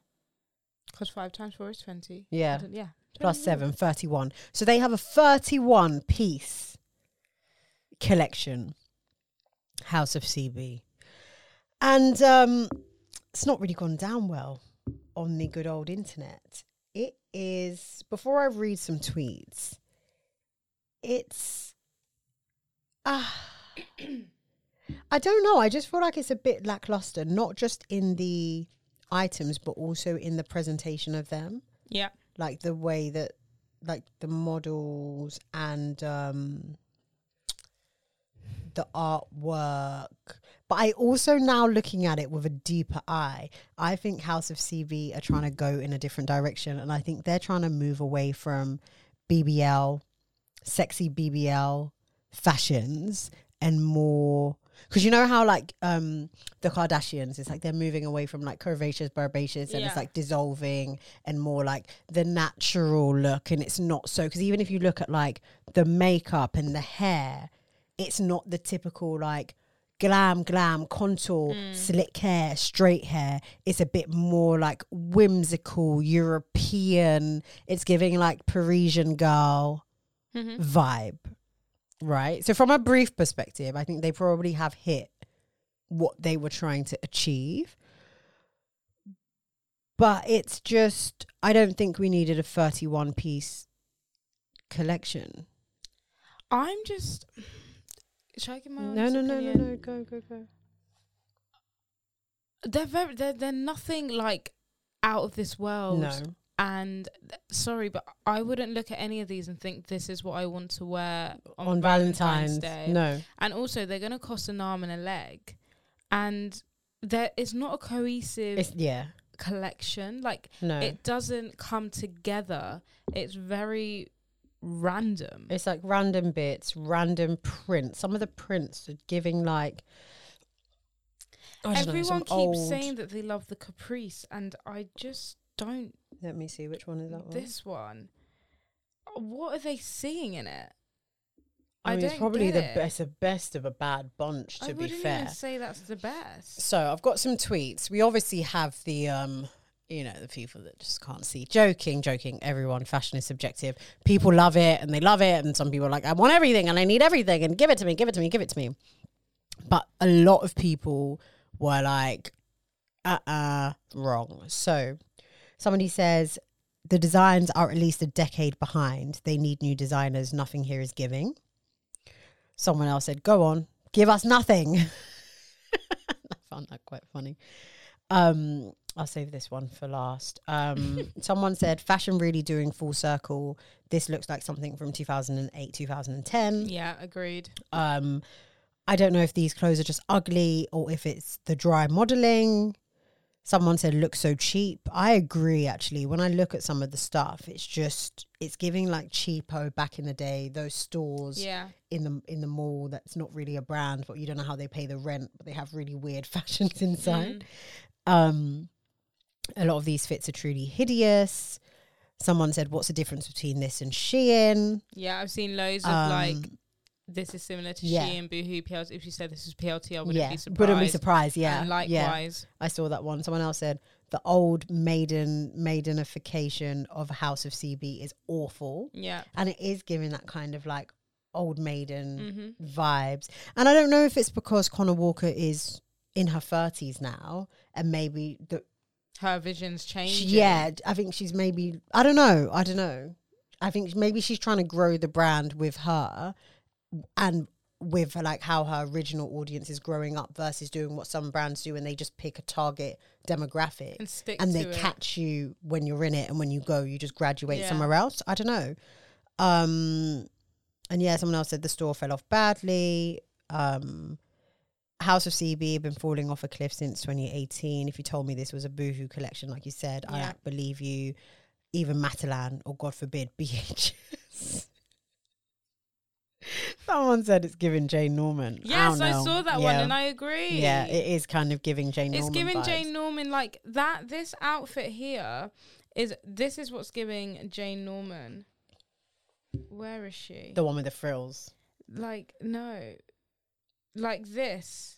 Because five times four is 20. I
Yeah.
don't- Yeah.
Plus seven, 31. So they have a 31 piece collection, House of CB. And um, it's not really gone down well on the good old internet. It is, before I read some tweets, it's. Ah. I don't know. I just feel like it's a bit lackluster, not just in the items, but also in the presentation of them.
Yeah.
Like the way that, like the models and um, the artwork. But I also now looking at it with a deeper eye, I think House of CB are trying to go in a different direction. And I think they're trying to move away from BBL, sexy BBL fashions and more because you know how like um the Kardashians, it's like they're moving away from like curvaceous, barbaceous, and it's
Yeah.
like dissolving and more like the natural look, and it's not so. Because even if you look at like the makeup and the hair, it's not the typical like glam, glam, contour, slick hair, straight hair. It's a bit more like whimsical, European. It's giving like Parisian girl vibe, right? So, from a brief perspective, I think they probably have hit what they were trying to achieve. But it's just, I don't think we needed a 31 piece collection.
I'm just. Should I give my
No,
honest
no, no, no,
opinion?
no. Go, go, go.
They're very. They're they're nothing like out of this world. And th- sorry, but I wouldn't look at any of these and think this is what I want to wear on,
on Valentine's,
Day.
No,
And also, they're going to cost an arm and a leg, and there it's not a cohesive
it's yeah,
collection. Like
no.
it doesn't come together. It's very random.
it's like random bits, random prints. Some of the prints are giving like I don't know,
Everyone
some
keeps
old-
saying that they love the caprice, and I just don't.
Let me see which one is that one.
This one, what are they seeing in it?
I,
I
mean, it's
don't
probably
get
the
it.
best, the best of a bad bunch.
I
To be
wouldn't
fair,
even say that's the best.
So I've got some tweets. We obviously have the um you know the people that just can't see joking joking everyone fashion is subjective people love it and they love it and some people are like i want everything and i need everything and give it to me give it to me give it to me but a lot of people were like uh-uh wrong so somebody says the designs are at least a decade behind they need new designers nothing here is giving someone else said go on give us nothing [LAUGHS] I found that quite funny. Um, I'll save this one for last. Um, someone said, "Fashion really doing full circle. This looks like something from 2008, 2010."
Yeah, agreed.
Um, I don't know if these clothes are just ugly or if it's the dry modeling. Someone said looks so cheap. I agree actually. When I look at some of the stuff, it's just it's giving like cheapo back in the day, those stores
Yeah,
in the in the mall that's not really a brand, but you don't know how they pay the rent, but they have really weird [LAUGHS]
Mm-hmm.
fashions inside. Um, a lot of these fits are truly hideous. Someone said, "What's the difference between this and Shein?"
yeah. I've seen loads of like
Um,
this is similar to
yeah.
she and Boohoo PLT. If you said this is PLT, I wouldn't
yeah,
be surprised.
wouldn't be surprised. Yeah,
And
yeah.
likewise,
I saw that one. Someone else said the old maiden maidenification of House of CB is awful,
yeah.
and it is giving that kind of like old maiden.
hmm
vibes. And I don't know if it's because Connor Walker is in her thirties now, and maybe the
Her vision's
she-
changing.
yeah, I think she's maybe I don't know, I don't know. I think maybe she's trying to grow the brand with her, and with like how her original audience is growing up versus doing what some brands do, and they just pick a target demographic
and stick
and they
to it.
catch you when you're in it and when you go you just graduate
Yeah.
somewhere else i don't know um and yeah someone else said the store fell off badly um House of CB been falling off a cliff since 2018. If you told me this was a boohoo collection, like you said,
Yeah.
I believe you. Even Matalan, or God forbid, [LAUGHS] BHS. Someone said it's giving Jane Norman.
Yes,
don't
I,
know.
saw that one
Yeah.
and I agree.
yeah, it is kind of giving Jane.
it's
Norman
giving
vibes.
Jane Norman like that. This outfit here is this is what's giving Jane Norman. Where is she?
the one with the frills.
like no, like this.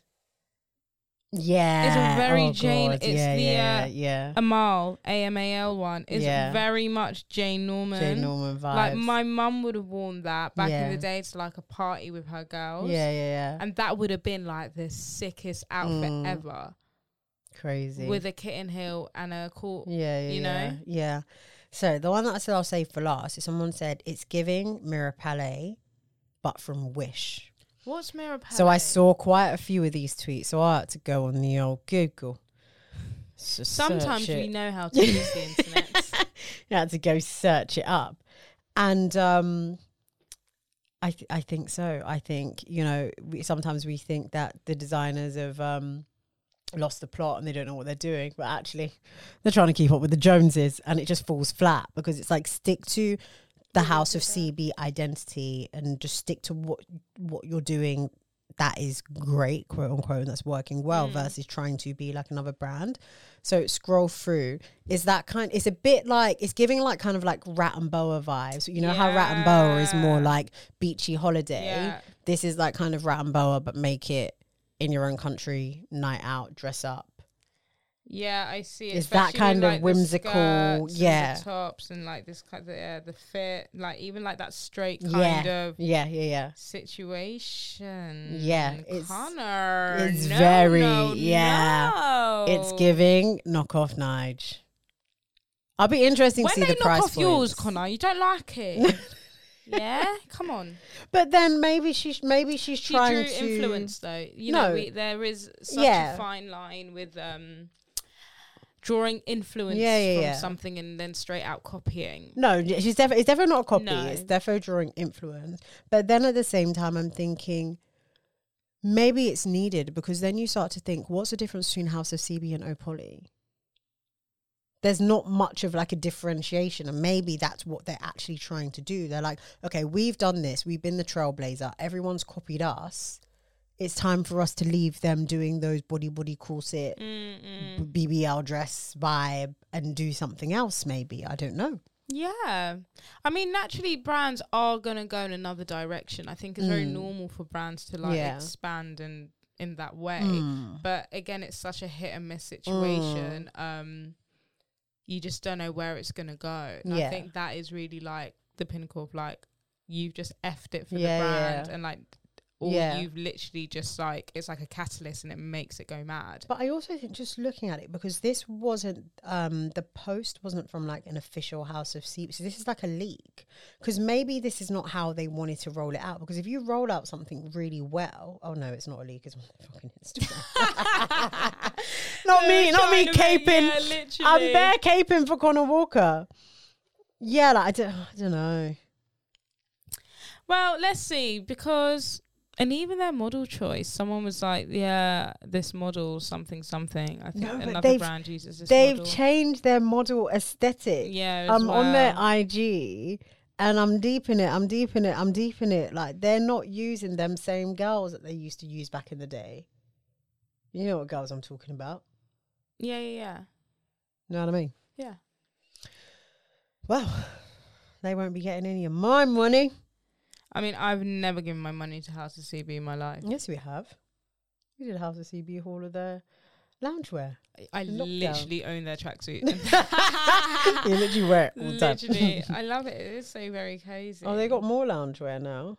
Yeah, Oh,
very Jane- it's
yeah,
the,
yeah,
uh,
yeah.
Amal A M A L one is
Yeah.
very much Jane Norman.
Jane Norman vibes.
Like my mum would have worn that back in
Yeah.
the day to like a party with her girls.
yeah, yeah, yeah.
And that would have been like the sickest outfit
Mm.
ever
Crazy.
with a kitten heel and a court.
yeah, yeah,
you
yeah,
know?
yeah. So the one that I said I'll save for last is someone said it's giving Mira Palais, but from Wish.
What's Mirapele?
So I saw quite a few of these tweets, so I had to go on the old Google. So
Sometimes
search it.
we know
[LAUGHS]
how to use the internet.
I had to go search it up, and um, I th- I think so. I think you know we, sometimes we think that the designers have um, lost the plot and they don't know what they're doing, but actually they're trying to keep up with the Joneses, and it just falls flat because it's like stick to the House of CB identity and just stick to what what you're doing. That is great, quote unquote, and that's working well versus trying to be like another brand. So scroll through is that kind it's a bit like it's giving like kind of like rat and boa vibes you know how rat and boa is more
Yeah.
like beachy holiday
Yeah.
this is like kind of rat and boa but make it in your own country night out dress up
Yeah, I see.
It's that
especially
kind
with,
of
like, the
whimsical-
skirts and the
yeah.
tops and like this kind of yeah, the fit, like even like that straight
yeah
kind of
yeah yeah yeah
situation.
Yeah, it's-
Connor.
it's
no,
very-
no,
yeah.
no.
it's giving knockoff nige i'll be interesting
When
to see
they
the
knock
price
off
points.
yours, Connor, you don't
[LAUGHS]
like it. yeah, come on.
but then maybe she's maybe she's
She
trying
drew
to
influence though. You
No.
know, we, there is such
Yeah.
a fine line with um drawing influence
Yeah, yeah,
from
yeah.
something and then straight out copying.
No, yeah, she's definitely it's definitely not a copy.
No.
It's definitely drawing influence. But then at the same time, I'm thinking maybe it's needed because then you start to think, what's the difference between House of CB and Opoly? There's not much of like a differentiation, and maybe that's what they're actually trying to do. They're like, okay, we've done this, we've been the trailblazer, everyone's copied us. It's time for us to leave them doing those body body corset
Mm-mm.
b- BBL dress vibe and do something else. Maybe I don't know.
Yeah. I mean, naturally, brands are going to go in another direction. I think it's very normal for brands to like
Mm. Yeah. Mm.
expand and in that way. But again, it's such a hit and miss situation. Um, you just don't know where it's going to go. And
Yeah.
I think that is really like the pinnacle of like, you've just effed it for
Yeah,
the brand
yeah.
and like, or
Yeah.
you've literally just like, it's like a catalyst and it makes it go mad.
But I also think just looking at it because this wasn't um, the post wasn't from like an official House of Seep. So this is like a leak because maybe this is not how they wanted to roll it out. Because if you roll out something really well, oh no, it's not a leak. It's on their fucking
[LAUGHS]
Instagram. not me, not me
China,
caping.
yeah,
I'm
literally.
bare caping for Connor Walker. Yeah, like I don't, I don't know.
Well, let's see because and even their model choice, someone was like, "Yeah, this model, something, something." I think
No, but
another
they've-
brand uses this.
They've
model.
changed their model aesthetic.
Yeah, as
I'm on their
well.
IG and I'm deep in it, I'm deep in it, I'm deep in it. Like they're not using them same girls that they used to use back in the day. You know what girls I'm talking about.
Yeah, yeah, yeah,
You know what I mean?
yeah.
Well, [SIGHS] they won't be getting any of my money.
I mean, I've never given my money to House of CB in my life.
Yes, we have. We did House of CB Hall of their
[LAUGHS]
loungewear.
I- I
Lockdown.
literally own
[LAUGHS]
their tracksuit. [LAUGHS]
You literally wear it all the time. [LAUGHS]
literally, I love it. It is so very cozy.
Oh, they got more loungewear now.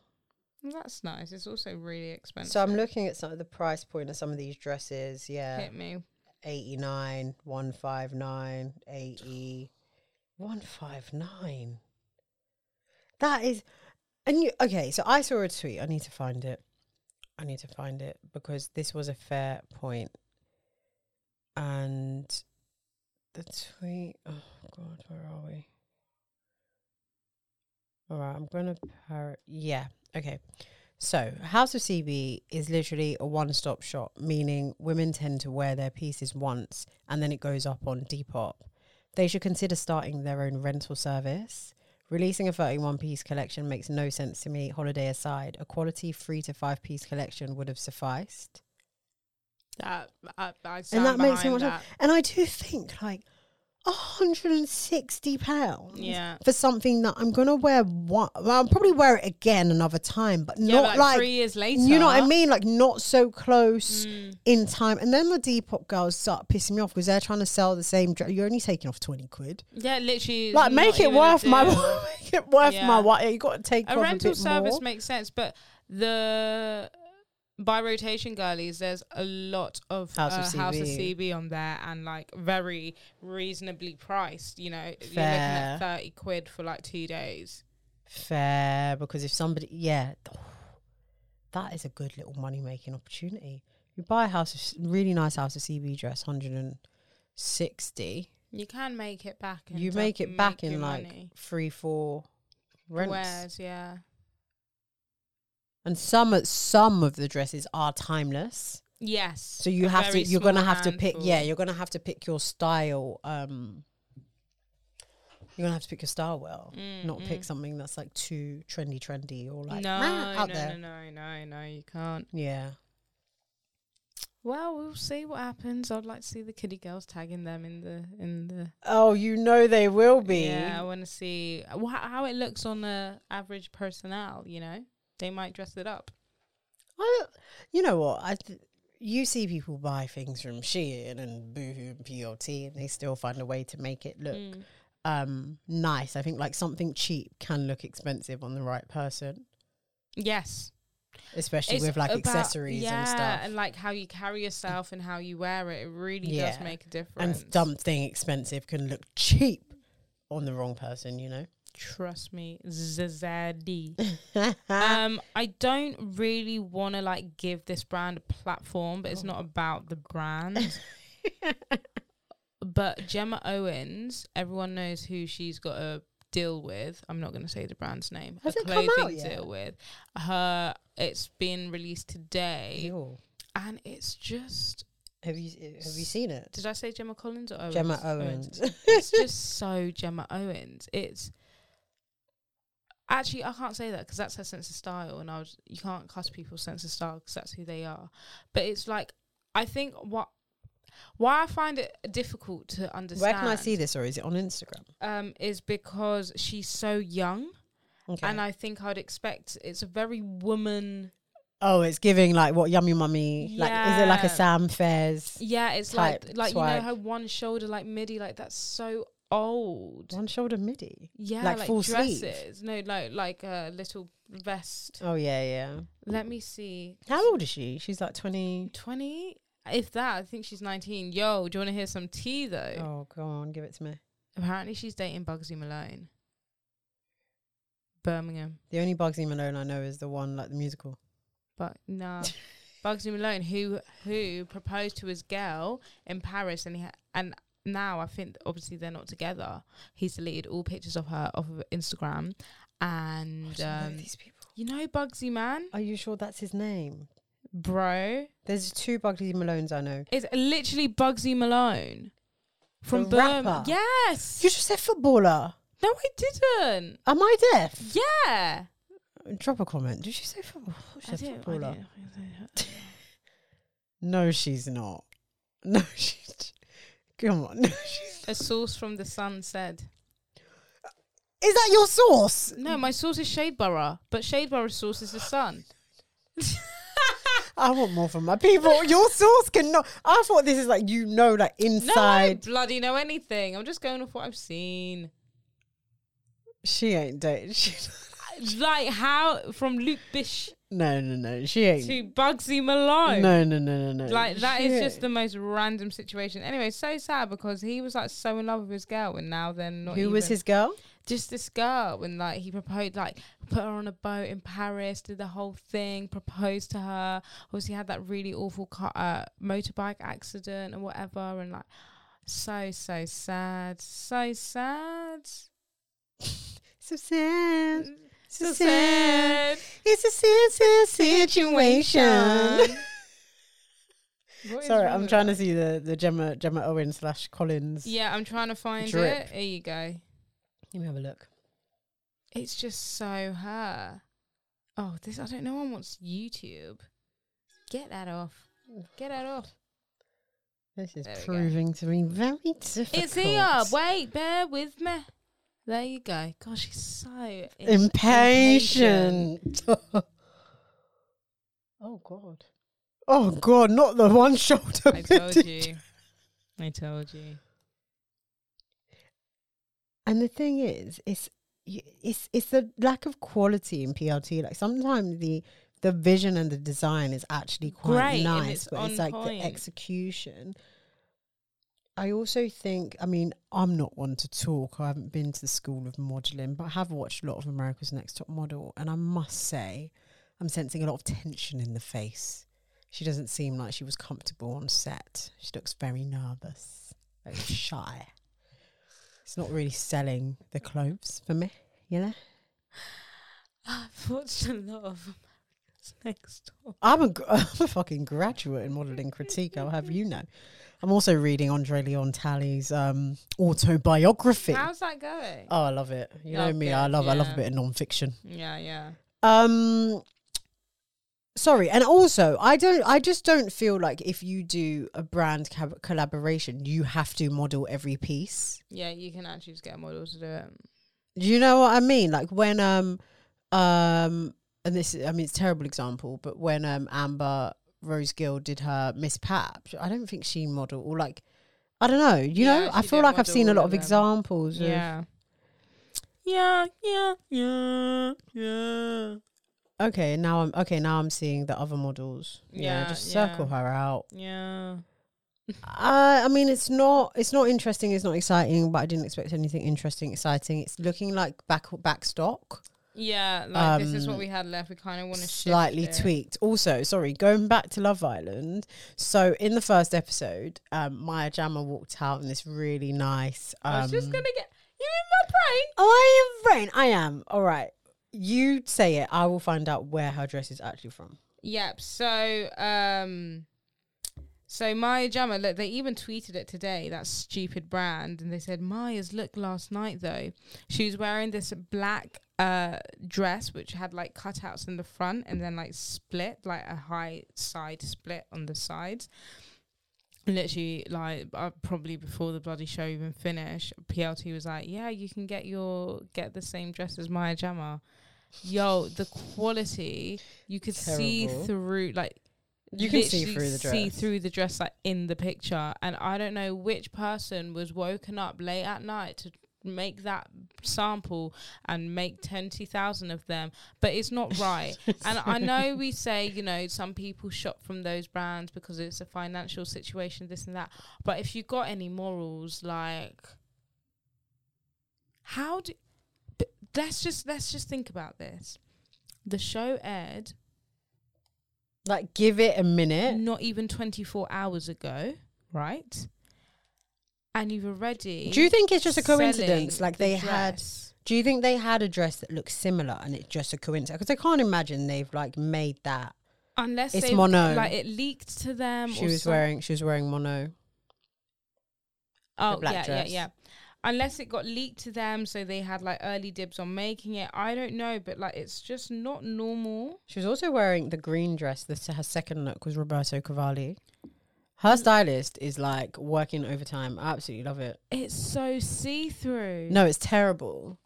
That's nice. It's also really expensive.
So I'm looking at some of the price point of some of these dresses. Yeah.
Hit me.
89, 159, 80, 159. That is, and you, okay, so I saw a tweet. I need to find it. I need to find it because this was a fair point. And the tweet, oh God, where are we? All right, I'm going to, par- yeah, okay. So, House of CB is literally a one stop shop, meaning women tend to wear their pieces once and then it goes up on Depop. They should consider starting their own rental service. Releasing a 31 piece collection makes no sense to me, holiday aside. A quality three to five piece collection would have sufficed.
That I, I
And
stand
that makes so much
behind
sense.
that.
And I do think, like, £160
Yeah.
for something that I'm going to wear one. Well, I'll probably wear it again another time, but
Yeah,
not
but, like,
like
three years later.
you know what I mean? Like not so close
Mm.
in time. And then the Depop girls start pissing me off because they're trying to sell the same. Dr- You're only taking off twenty quid.
Yeah, literally. it's
Like
not
make it
even a
worth [LAUGHS] my
deal.
make it worth my
Yeah.
while. You got to take
a
off
rental
a bit
service
more.
makes sense, but the by rotation girlies, there's a lot of
House
House,
of
uh, of, House of
CB.
CB on there and like very reasonably priced. You know, you're looking
Fair.
at thirty quid for like two days.
Fair because if somebody yeah, [SIGHS] that is a good little money making opportunity. You buy a house, a really nice house, a CB dress, hundred and sixty.
You can make it back.
You
and
make it back
make
in
your
like
money.
three, four rents.
Whereas, yeah,
And some some of the dresses are timeless.
yes.
So you
a
have to
very
you're gonna
small
have to pick
handful.
yeah, you're gonna have to pick your style, um you're gonna have to pick your style well.
Mm,
Not pick
mm.
something that's like too trendy trendy or like
no,
"Rah," out
no,
there.
no, no, no, no, you can't.
Yeah.
Well, we'll see what happens. I'd like to see the kiddie girls tagging them in the in the.
Oh, you know they will be.
Yeah, I want to see wh- how it looks on the average personnel. You know, they might dress it up.
I don't- you know what? I th- you see people buy things from Shein and Boohoo and PLT, and they still find a way to make it look
Mm.
um nice. I think like something cheap can look expensive on the right person,
Yes,
especially
It's
with like
about-
accessories and stuff.
and like how you carry yourself and how you wear it. It really does
Yeah.
make a
And
difference.
something expensive can look cheap on the wrong person, you know.
Trust me,
[LAUGHS]
Zazadi. um, I don't really want to like give this brand a platform, but it's not about the
[LAUGHS]
brand. but Gemma Owens, everyone knows who she's got a deal with. I'm not going to say the brand's name.
Has
a
it come out
clothing
yet?
deal with her. It's been released today,
Ew.
and it's just.
Have you eh, have you seen it?
Did I say Gemma Collins or Owens?
Gemma Owens. [LAUGHS]
it's just so Gemma Owens. It's actually I can't say that because that's her sense of style, and I was you can't cuss people's sense of style because that's who they are. But it's like I think what why I find it difficult to understand.
[LAUGHS] Where can I see this, or is it on Instagram?
Um, is because she's so young,
Okay.
and I think I'd expect it's a very woman.
oh, it's giving like what yummy mummy. Like, is it like a
Yeah.
Sam Fairs?
Yeah, it's
Type
like like you
swag.
know her one shoulder like midi like that's so old.
One shoulder midi.
Yeah,
Like
like,
full sleeve?
dresses. No, like like a little vest.
Oh yeah, yeah.
Let me see.
How old is she? She's like twenty.
Twenty? If that, I think she's nineteen. Yo, do you want to hear some tea though?
Oh, go on, give it to me.
Apparently, she's dating Bugsy Malone. Birmingham,
The only Bugsy Malone I know is the one like the musical.
but nah.
[LAUGHS]
Bugsy Malone, who who proposed to his girl in Paris, and he ha- and now I think obviously they're not together. He's deleted all pictures of her off of Instagram, and um,
people.
you know Bugsy man,
Are you sure that's his name?
bro.
There's two Bugsy Malones I know.
It's literally Bugsy Malone from
The
Burma.
rapper?
Yes.
You just said footballer.
no, I didn't.
Am I deaf?
Yeah.
Drop a comment. Did she say football? She
I
said
didn't- I
footballer.
didn't- I didn't-
No, she's not. [LAUGHS] No, she's. Come on. [LAUGHS] No, she's.
[LAUGHS] A source from the Sun said,
Is that your source?
"No, my source is Shadeborough, but Shadeborough's source is the Sun."
I want more from my people. Your source cannot. I thought this is like you know, like
No, I
inside.
don't bloody know anything. I'm just going off what I've seen.
She ain't dating. She, [LAUGHS]
Like how from Luke Bish
no, no, no. She ain't.
to Bugsy Malone.
No, no, no, no, no.
Like that
She
is
ain't.
just the most random situation. Anyway, so sad because he was like so in love with his girl, and now they're not.
Who was
even-
his girl?
just this girl and like he proposed like put her on a boat in paris did the whole thing proposed to her obviously had that really awful car, uh, motorbike accident and whatever and like so so sad so sad
So sad. So,
so
sad.
sad
It's a sad, sad situation.
What
[LAUGHS]
is
Sorry,
wrong
I'm
with
trying to
that?
see the the Gemma Gemma Owen slash Collins.
yeah i'm trying to find
Drip.
it here you go
Let me have a look.
it's just so her oh this i don't know one wants youtube get that off get that off
This is
There we go.
proving to be very difficult.
It's here. Wait, bear with me. There you go. Gosh, she's so impatient.
Impatient. [LAUGHS] oh God. Oh God, not the one [LAUGHS] shoulder.
I [LAUGHS] told you. I told you.
And the thing is, it's y- it's it's the lack of quality in PLT. Like sometimes the the vision and the design is actually quite
Great, and
nice,
it's
but it's
on
like
point.
the execution. I also think, I mean, I'm not one to talk. I haven't been to the school of modeling, but I have watched a lot of America's Next Top Model, and I must say, I'm sensing a lot of tension in the face. She doesn't seem like she was comfortable on set. She looks very nervous, very shy. It's not really selling the clothes for me, you know?
I've watched a lot of America's Next Door.
I'm a, gr- [LAUGHS] I'm a fucking graduate in modelling critique, I'll have you know. I'm also reading Andre Leon Talley's um, autobiography.
How's that going?
Oh, I love it. You know
Oh,
me, I
good,
love I love a
yeah.
bit of non-fiction.
Yeah, yeah.
Um sorry, and also I don't I just don't feel like if you do a brand cab- collaboration, you have to model every piece.
Yeah, you can actually just get a model to do it.
Do you know what I mean? Like when um um and this I mean it's a terrible example, but when um Amber Rose Gill did her Miss Pap, I don't think she modeled or like I don't know, you
Yeah,
know, I
she
feel
did
like I've
model
seen a
all
lot
of
of
them.
examples of
Yeah. Yeah, yeah, yeah, yeah.
Okay, now I'm okay. Now I'm seeing the other models. Yeah,
Yeah,
just circle her out.
Yeah.
Uh, I mean, it's not it's not interesting. It's not exciting, but I didn't expect anything interesting, exciting. It's looking like back back stock,
Yeah, like this is
Um,
what we had left. We kind of want to
slightly
shift it.
tweaked. Also, sorry, going back to Love Island. So in the first episode, um, Maya Jama walked out in this really nice. Um, Oh,
I was just gonna get you in my brain.
I am brain. I am all right. You say it. I will find out where her dress is actually from.
Yep. So, um, so Maya Jama, look, they even tweeted it today. That stupid brand, and they said Maya's look last night though. She was wearing this black uh dress which had like cutouts in the front and then like split, like a high side split on the sides. Literally, like uh, probably before the bloody show even finished, PLT was like, "Yeah, you can get your get the same dress as Maya Jama." Yo, the quality you could see
Terrible.
through, like
You can see
literally
through the
see
dress.
through the dress, like in the picture. And I don't know which person was woken up late at night to make that sample and make 20,000 of them, but it's
[LAUGHS]
not right. and I know we say, you know, some people shop from those brands because it's a financial situation, this and that. But if you got any morals, like, how do. But let's just let's just think about this. The show aired
Like, give it a minute.
not even 24 hours ago, right? And you've already.
Do you think it's just a
selling
coincidence? Like
the
they had.
dress.
Do you think they had a dress that looks similar and it's just a coincidence? Because I can't imagine they've like made that.
Unless
It's
they,
mono.
Like it leaked to them.
she
or
was
some-
wearing. She was wearing mono.
Oh
black
yeah,
dress.
yeah, yeah. Unless it got leaked to them, so they had like early dibs on making it. I don't know, but like it's just not normal.
She was also wearing the green dress. This her second look was Roberto Cavalli. Her stylist is like working overtime. I absolutely love it.
It's so see through.
No, it's terrible.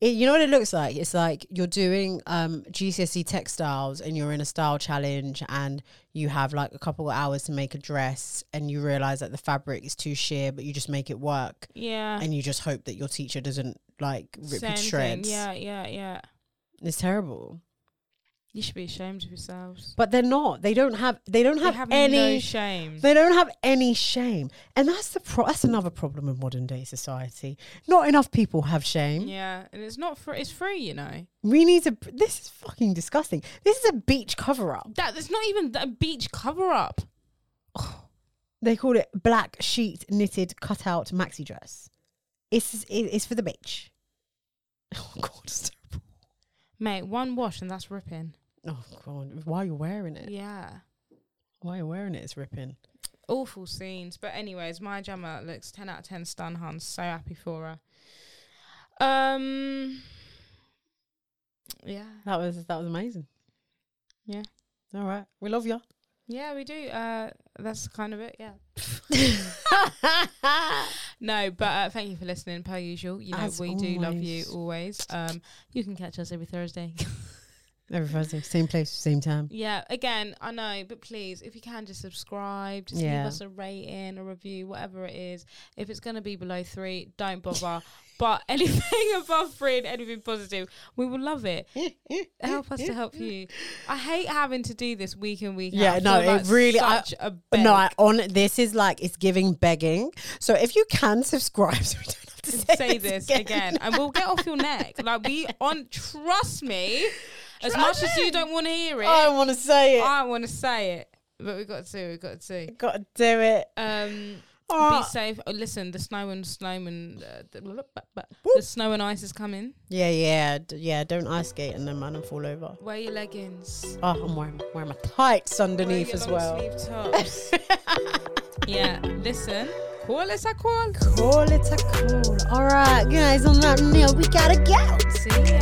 It, you know what it looks like? It's like you're doing um, GCSE textiles and you're in a style challenge and you have like a couple of hours to make a dress and you realize that the fabric is too sheer, but you just make it work
Yeah.
and you just hope that your teacher doesn't like rip
Same
you to
thing.
shreds.
Yeah, yeah, yeah.
It's terrible.
You should be ashamed of yourselves.
But they're not. They don't have they don't
They
have,
have
any
no shame.
Mm. They don't have any shame. And that's the pro- that's another problem in modern day society. Not enough people have shame.
Yeah, and it's not free. It's free, you know.
We need to. This is fucking disgusting. This is a beach cover up.
That it's not even a beach cover up.
They call it black sheet knitted cutout maxi dress. It's it- it's for the beach. [LAUGHS] Oh god, it's terrible.
Mate, one wash and that's ripping.
Oh god, why are you wearing it?
Yeah.
Why are you wearing it? It's ripping.
Awful scenes. But anyways, my Gemma looks ten out of ten stun Hans. So happy for her. Um Yeah.
That was that was amazing.
Yeah.
All right, we love you.
Yeah, we do. Uh that's kind of it, [LAUGHS] yeah. no, but uh, thank you for listening per usual. You know
As
we do love you
always.
always. Um you can catch us every Thursday.
Every Thursday, same place, same time.
Yeah, again, I know, but please, if you can, just subscribe, just
Yeah.
leave us a rating, a review, whatever it is. If it's going to be below three, don't bother.
[LAUGHS]
but anything above three and anything positive, we will
[LAUGHS]
love it. Help us to help you. I hate having to do this week in, week
Yeah,
out. I
no,
feel
it
like
really- I-
Such a beg.
[LAUGHS] No, I, on this is like it's giving begging. So if you can subscribe, [LAUGHS] so we don't have to say, [LAUGHS]
say this again, and we'll get off your neck. Like we on, trust me. As much as you don't want to hear it,
I don't want to say it.
I want to say it, but we got to, we got to.
Got to do it.
Um,
Oh.
be safe. Oh, listen, the snow and snowman, uh, the, blah, blah, blah.
Woo.
the snow and ice is coming.
Yeah, yeah, d- yeah. Don't ice skate and then man and fall over.
Wear your leggings.
Oh, I'm wearing, wearing my tights underneath
Wear your
as
long
well. [LAUGHS]
sleeve tops. yeah, listen. Call us a call.
Call it a call. All right, guys. On that note, we gotta go.
See ya.